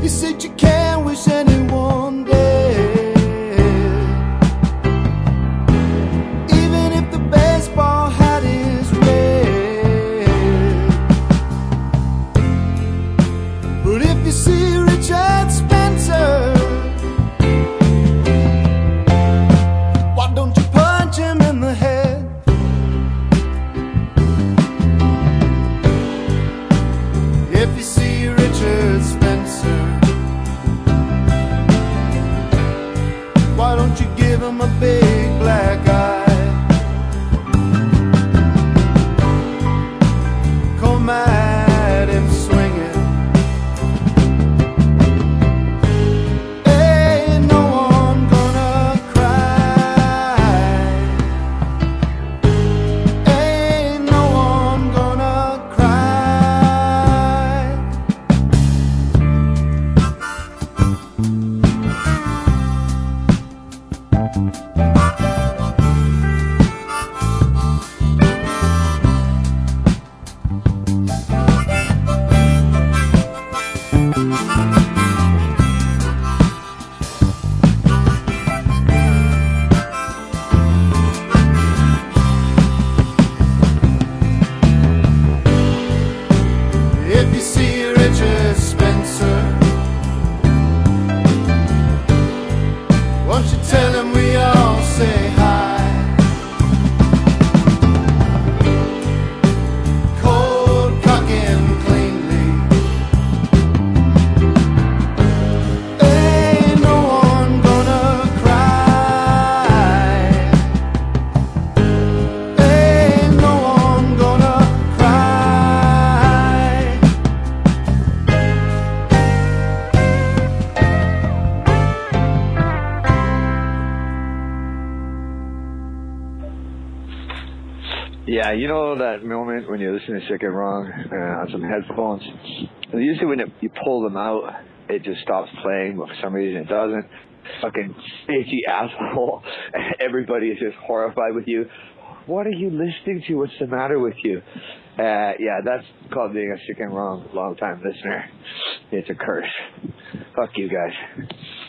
S10: He said you can't wish anyone dead. Even if the baseball hat is red. But if you see Richard Spencer, why don't you punch him in the head? If you see Richard Spencer, why don't you give him a big black eye? Come at him swinging. Ain't no one gonna cry. Ain't no one gonna cry. If you see Richard Spencer, won't you tell him we all say hi? Cold cocking cleanly. Ain't no one gonna cry. Ain't no one gonna cry.
S9: Yeah, you know that moment when you're listening to Sick and Wrong uh, on some headphones. And usually when it, you pull them out, it just stops playing, but for some reason it doesn't. Fucking bitchy (laughs) asshole. Everybody is just horrified with you. What are you listening to? What's the matter with you? Uh, yeah, that's called being a Sick and Wrong long time listener. It's a curse. Fuck you guys.